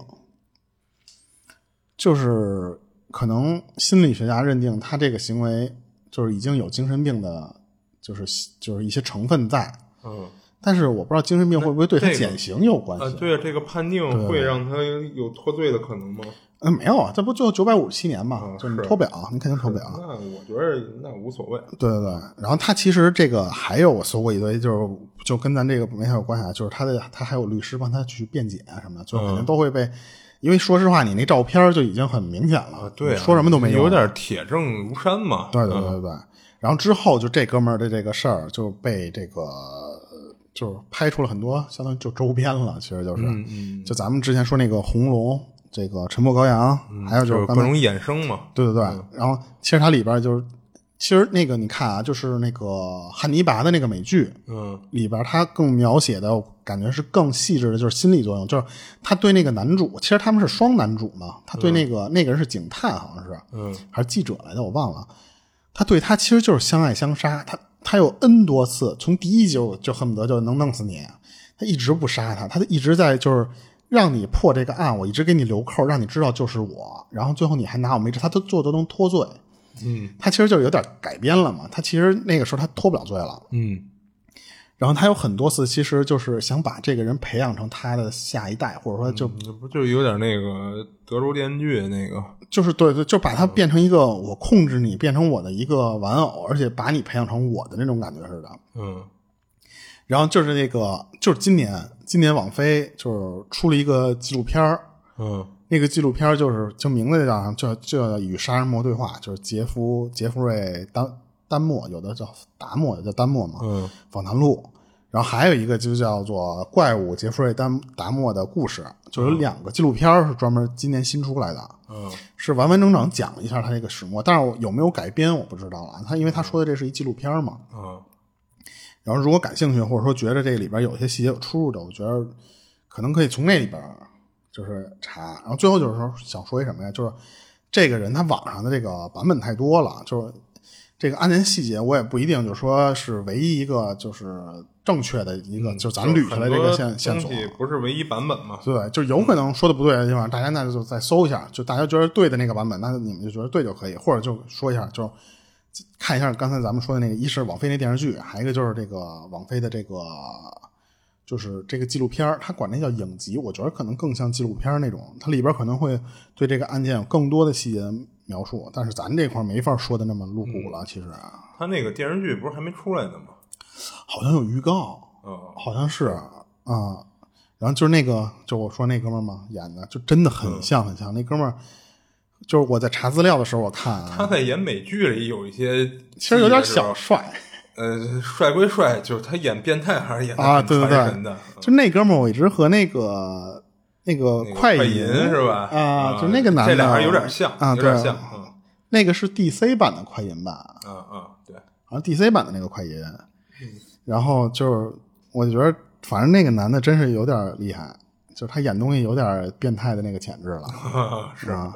Speaker 1: 就是可能心理学家认定他这个行为就是已经有精神病的，就是就是一些成分在。
Speaker 2: 嗯
Speaker 1: 但是我不知道精神病会不会对他
Speaker 2: 那这个
Speaker 1: 减刑有关系？
Speaker 2: 啊，对啊，这个判定会让他有脱罪的可能吗？
Speaker 1: 嗯，没有啊，这不就九百五十七年嘛，
Speaker 2: 嗯
Speaker 1: 就是你
Speaker 2: 是
Speaker 1: 脱不了，你肯定啊脱不了。
Speaker 2: 那我觉得那无所谓。
Speaker 1: 对对对，然后他其实这个还有我搜过一堆，就是就跟咱这个没太有关系啊，就是他的他还有律师帮他去辩解啊什么的，就肯定都会被，因为说实话，你那照片就已经很明显了，
Speaker 2: 对啊，
Speaker 1: 你说什么都没用
Speaker 2: 有点铁证如山嘛。
Speaker 1: 对对
Speaker 2: 嗯
Speaker 1: 对对对。然后之后就这哥们儿的这个事儿就被这个呃就是拍出了很多相当于就周边了，其实就是，
Speaker 2: 嗯嗯，
Speaker 1: 就咱们之前说那个红龙，这个沉默羔羊，还有
Speaker 2: 就
Speaker 1: 就是
Speaker 2: 是各
Speaker 1: 刚才
Speaker 2: 种衍生嘛。
Speaker 1: 对对对，然后其实它里边就是，其实那个你看啊，就是那个汉尼拔的那个美剧
Speaker 2: 嗯
Speaker 1: 里边，它更描写的我感觉是更细致的，就是心理作用，就是他对那个男主，其实他们是双男主嘛，他对那个、那个人是警探，好像是
Speaker 2: 嗯
Speaker 1: 还是记者来的，我忘了。他对他其实就是相爱相杀，他他有 N 多次，从第一集就就恨不得就能弄死你，他一直不杀他，他就一直在就是让你破这个案，我一直给你留扣，让你知道就是我，然后最后你还拿我没辙，他都做都能脱罪，
Speaker 2: 嗯
Speaker 1: 他其实就是有点改编了嘛，他其实那个时候他脱不了罪了，
Speaker 2: 嗯
Speaker 1: 然后他有很多次其实就是想把这个人培养成他的下一代，或者说就
Speaker 2: 嗯，这不就有点那个德州电视剧那个？
Speaker 1: 就是对对，就把它变成一个我控制你，变成我的一个玩偶，而且把你培养成我的那种感觉似的。
Speaker 2: 嗯
Speaker 1: 然后就是那个，就是今年，今年网飞就是出了一个纪录片儿，
Speaker 2: 嗯
Speaker 1: 那个纪录片儿就是就名字叫叫就叫《与杀人魔对话》，就是杰夫杰弗瑞丹丹莫，有的叫达莫，有的叫丹莫嘛，
Speaker 2: 嗯
Speaker 1: 访谈录。然后还有一个就叫做《怪物杰弗瑞丹达莫的故事》，就有两个纪录片儿是专门今年新出来的。
Speaker 2: 嗯
Speaker 1: 是完完整整讲了一下他这个始末，但是我有没有改编我不知道了啊。他因为他说的这是一纪录片嘛，
Speaker 2: 嗯
Speaker 1: 然后如果感兴趣或者说觉得这里边有些细节有出入的，我觉得可能可以从那里边就是查。然后最后就是说想说一什么呀？就是这个人他网上的这个版本太多了，就是这个安全细节，我也不一定就说是唯一一个就是正确的一个，嗯就是咱捋出来这个线线索
Speaker 2: 东。西不是唯一版本嘛？
Speaker 1: 对，就有可能说的不对的地方，大家那就再搜一下，就大家觉得对的那个版本，那你们就觉得对就可以，或者就说一下，就看一下刚才咱们说的那个，一是网飞那电视剧，还有一个就是这个网飞的这个就是这个纪录片儿，它管那叫影集，我觉得可能更像纪录片儿那种，它里边可能会对这个案件有更多的细节描述，但是咱这块儿没法说的那么露骨了，其实啊
Speaker 2: 他那个电视剧不是还没出来呢吗？
Speaker 1: 好像有预告，
Speaker 2: 嗯，
Speaker 1: 好像是啊、然后就是那个，就我说那哥们儿嘛，演的就真的
Speaker 2: 嗯
Speaker 1: 很像很像。那哥们儿就是我在查资料的时候，我看啊，
Speaker 2: 他在演美剧里有一些，
Speaker 1: 其实有点小，帅。
Speaker 2: 呃，帅归帅，就是他演变态还是演得
Speaker 1: 啊
Speaker 2: 很
Speaker 1: 对对对
Speaker 2: 传神的，
Speaker 1: 就那哥们儿，我一直和那个那个
Speaker 2: 嗯那个
Speaker 1: 呃快
Speaker 2: 快银是吧？
Speaker 1: 啊，就那个男的，
Speaker 2: 这俩还有点像
Speaker 1: 啊，
Speaker 2: 有点
Speaker 1: 对
Speaker 2: 像，嗯
Speaker 1: 那个是 DC 版的快银吧？
Speaker 2: 嗯嗯，对，
Speaker 1: 好像 DC 版的那个快银。
Speaker 2: 嗯
Speaker 1: 然后就是，我觉得反正那个男的真是有点厉害，就是他演东西有点变态的那个潜质了。
Speaker 2: 是
Speaker 1: 啊。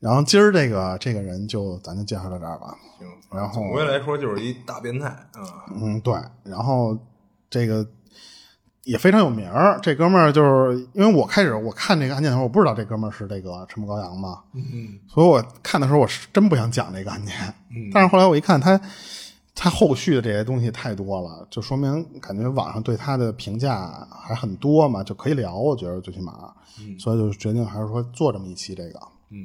Speaker 1: 然后今儿这个这个人就咱就介绍到这儿吧。
Speaker 2: 行。
Speaker 1: 然后
Speaker 2: 总归来说就是一大变态啊，
Speaker 1: 嗯，对，然后这个也非常有名儿。这哥们儿就是因为我开始我看这个案件的时候，我不知道这哥们儿是这个陈木高阳嘛，
Speaker 2: 嗯
Speaker 1: 所以我看的时候我是真不想讲这个案件。
Speaker 2: 嗯
Speaker 1: 但是后来我一看他他后续的这些东西太多了，就说明感觉网上对他的评价还很多嘛，就可以聊。我觉得最起码，
Speaker 2: 嗯
Speaker 1: 所以就决定还是说做这么一期这个。
Speaker 2: 嗯，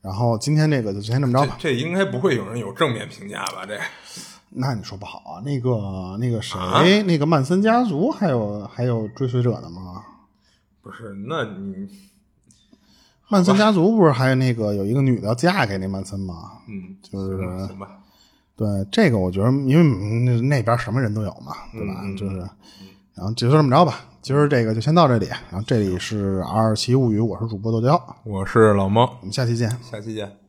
Speaker 1: 然后今天这个就先这么着吧
Speaker 2: 这。这应该不会有人有正面评价吧？这
Speaker 1: 那你说不好啊，那个那个谁，
Speaker 2: 啊
Speaker 1: 那个曼森家族还有还有追随者呢吗？
Speaker 2: 不是，那你
Speaker 1: 曼森家族不是还有那个有一个女的嫁给那曼森吗？
Speaker 2: 嗯，
Speaker 1: 就是
Speaker 2: 行吧行吧，
Speaker 1: 对这个，我觉得因为嗯那边什么人都有嘛，对吧？就是，然后就这么着吧，今儿这个就先到这里，然后这里是《二七物语》，我是主播豆椒，
Speaker 2: 我是老猫，
Speaker 1: 我们下期见。
Speaker 2: 下期见。